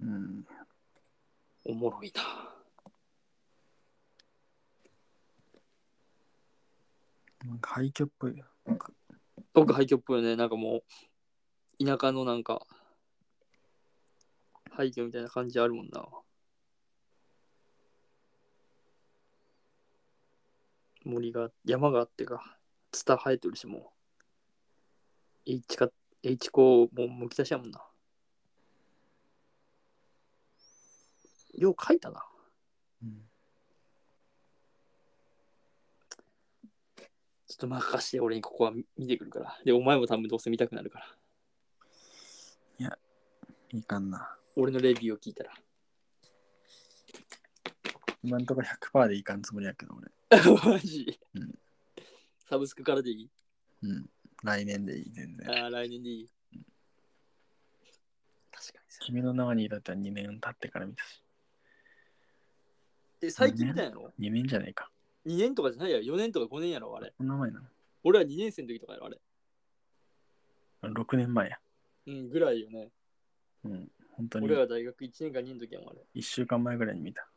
Speaker 2: うん。
Speaker 1: おもろいな。
Speaker 2: なんか廃墟っぽい。なんか
Speaker 1: 奥廃墟っぽいよね。なんかもう、田舎のなんか、廃墟みたいな感じあるもんな。森が、山があってか、ツタ生えてるし、もう。H か、H 校もうむき出しやもんな。よう書いたな。
Speaker 2: うん
Speaker 1: ちょっと任して俺にここは見見てくるから。で、お前も多分どうせ見たくなるから。
Speaker 2: いかんな。
Speaker 1: 俺のレビューを聞いたら。
Speaker 2: 今んとこ100%でいかんつもりやけど、俺。
Speaker 1: マジ、
Speaker 2: うん
Speaker 1: サブスクからでいい
Speaker 2: うん。来年でいい、全然。
Speaker 1: ああ、来年でいい。確かにさ。
Speaker 2: 君の名はにだったら2年経ってから見たし。
Speaker 1: え、最近みたいなの
Speaker 2: 2年じゃないか。
Speaker 1: ?2 年とかじゃないやろ ?4 年とか5年やろあれ。
Speaker 2: こんな前なの
Speaker 1: 俺は2年生の時とかやろあれ。
Speaker 2: あ ?6 年前や。
Speaker 1: うん、ぐらいよね。
Speaker 2: うん。本当に
Speaker 1: 俺ら大学1年か2年の時やもんあれ。
Speaker 2: 1週間前ぐらいに見た。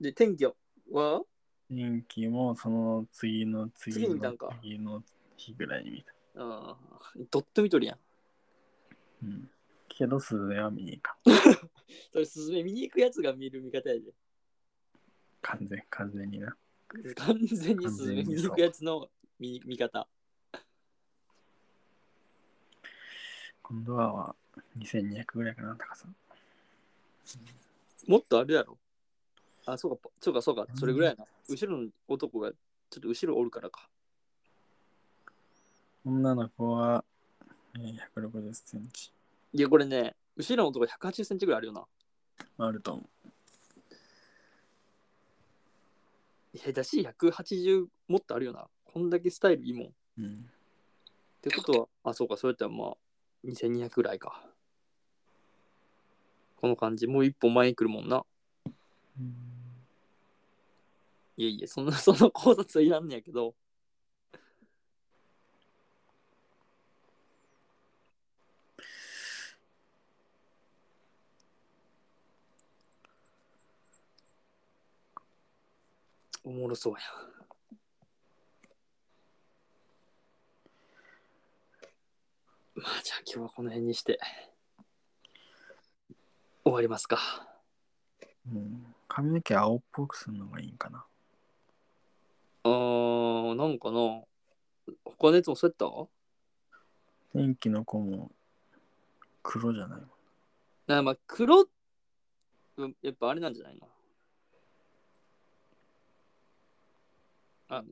Speaker 1: で、天気は
Speaker 2: 人気もその次の次
Speaker 1: 次に
Speaker 2: の
Speaker 1: 見たんか
Speaker 2: 次の日ぐらいに見た。
Speaker 1: あードット見とるやん。
Speaker 2: うん。けど、スズメは見に行かん。
Speaker 1: それ、すずめ見に行くやつが見る見方やで。
Speaker 2: 完全、完全にな。
Speaker 1: 完全にすずめ見に行くやつの見見方。
Speaker 2: 今度はは2200ぐらいかな、高さ。
Speaker 1: もっとあれやろ。あ、そうか、そうか、そうか、それぐらいやな。後ろの男がちょっと後ろおるからか。
Speaker 2: 女の子は、えー160センチ。
Speaker 1: いや、これね、後ろの男180センチぐらいあるよな。
Speaker 2: あると思う。
Speaker 1: 下手しい180もっとあるよな。こんだけスタイルいいもん。っ
Speaker 2: うん。
Speaker 1: てことは、あ、そうか、それやったらまあ、2200ぐらいか。この感じ、もう一歩前に来るもんな。いえいえ、そんな、 (laughs) その考察はいらんねやけど。おもろそうや。まあじゃあ今日はこの辺にして終わりますか。
Speaker 2: うん、髪の毛青っぽくするのがいいんかな。
Speaker 1: あー、なんかな。他のやつもそうやった
Speaker 2: 天気の子も黒じゃないもん。
Speaker 1: なまあ黒うんやっぱあれなんじゃないのあの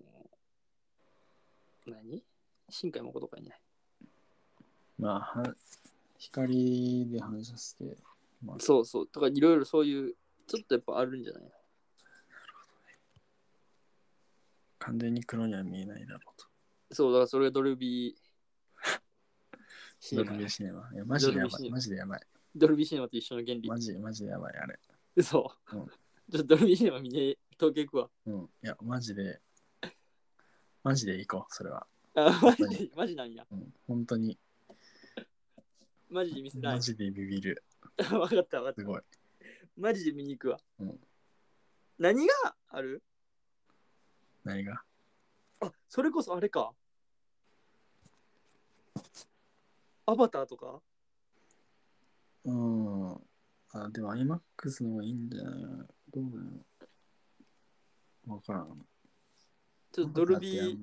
Speaker 1: 何新海誠かいない
Speaker 2: まあ、は光で反射して、まあ、
Speaker 1: そうそうとかいろいろそういうちょっとやっぱあるんじゃないの
Speaker 2: 完全に黒には見えないだろうと。
Speaker 1: そうだからそれがドルビーシネ
Speaker 2: (laughs) ド
Speaker 1: マ
Speaker 2: ル
Speaker 1: や
Speaker 2: ビーシネマ。いや、マジでやばい。マジでやばい。
Speaker 1: ドルビーシネマと一緒の原理
Speaker 2: マジ、マジでやばい、あれ。
Speaker 1: 嘘、
Speaker 2: うん
Speaker 1: ちょっとドルビーシネマ見に東京行くわ
Speaker 2: うん。いや、マジで。マジで行こう、それは。
Speaker 1: あマジ
Speaker 2: 本当
Speaker 1: マジなんや
Speaker 2: うん。本当に。
Speaker 1: マジで見せたい
Speaker 2: マジでビビる。
Speaker 1: (laughs) わかったわかっ
Speaker 2: す
Speaker 1: た
Speaker 2: ごい。
Speaker 1: マジで見に行くわ、
Speaker 2: うん
Speaker 1: 何がある
Speaker 2: 何が
Speaker 1: あそれこそあれか。アバターとか
Speaker 2: うん。あ、でも IMAX の方がいいんじゃないどうだよ。わからん。
Speaker 1: ちょっとドルビー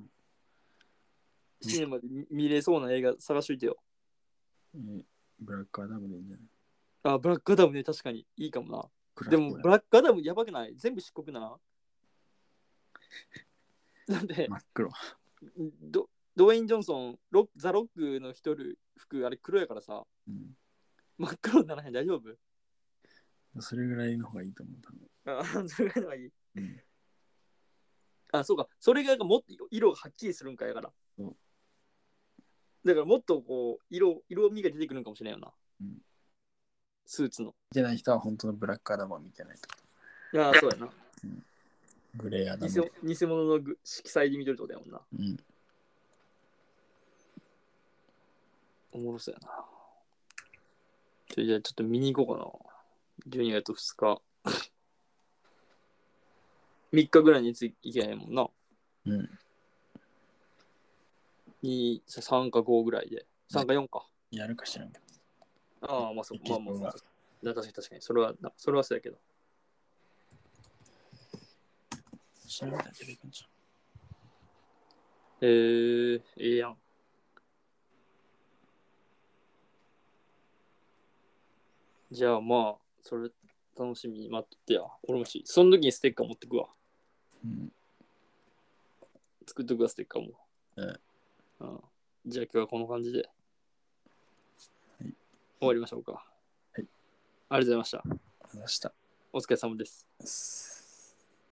Speaker 1: シネマで見見れそうな映画探しといてよ。
Speaker 2: えブラックアダムでいいんじゃない
Speaker 1: あ、ブラックアダムね、確かにいいかも
Speaker 2: ブ
Speaker 1: な。で
Speaker 2: ラ
Speaker 1: も、ブラックアダムやばくない全部漆黒な。 (laughs) だって、
Speaker 2: 真っ黒。
Speaker 1: ドドウェイン・ジョンソン、ロックザ・ロックの一人服、あれ黒やからさ、
Speaker 2: うん。
Speaker 1: 真っ黒にならへん、大丈夫
Speaker 2: それぐらいの方がいいと思う。多分
Speaker 1: あ、 (laughs) それがいい。
Speaker 2: うん
Speaker 1: あ、そうか。それがもっと色がはっきりするんかやから。
Speaker 2: うん
Speaker 1: だからもっとこう、色、色味が出てくるんかもしれないよな。
Speaker 2: うん
Speaker 1: スーツの。
Speaker 2: 見てない人は本当のブラックアダムを見てないと。
Speaker 1: いやー、そうやな。
Speaker 2: グレーアダ
Speaker 1: 偽
Speaker 2: ム。
Speaker 1: 偽物の具色彩で見てるってことやもんな。
Speaker 2: うん。
Speaker 1: おもろそうやな。ちょじゃあちょっと見に行こうかな。12月2日。3日ぐらいにつ行けないもんな。
Speaker 2: うん。
Speaker 1: 2、3か5ぐらいで。3か4か。
Speaker 2: やるかしらんけど。
Speaker 1: ああ、まあそう
Speaker 2: いけ
Speaker 1: ま
Speaker 2: そ
Speaker 1: あまあ
Speaker 2: うな
Speaker 1: まあ。だ確かに確かに。それはな、それはそうやけど。
Speaker 2: 調べたら出てくるんじ
Speaker 1: えー、ええやん。じゃあまあ、それ楽しみに待ってや。俺もし、その時にステッカー持ってくわ。
Speaker 2: ゃん。うん。
Speaker 1: 作っとくわ、ステッカーも。
Speaker 2: うん
Speaker 1: うん。じゃあ今日はこの感じで。
Speaker 2: い。
Speaker 1: 終わりましょうか。はいありがとうございました。
Speaker 2: 話した。
Speaker 1: お疲れ様です。
Speaker 2: です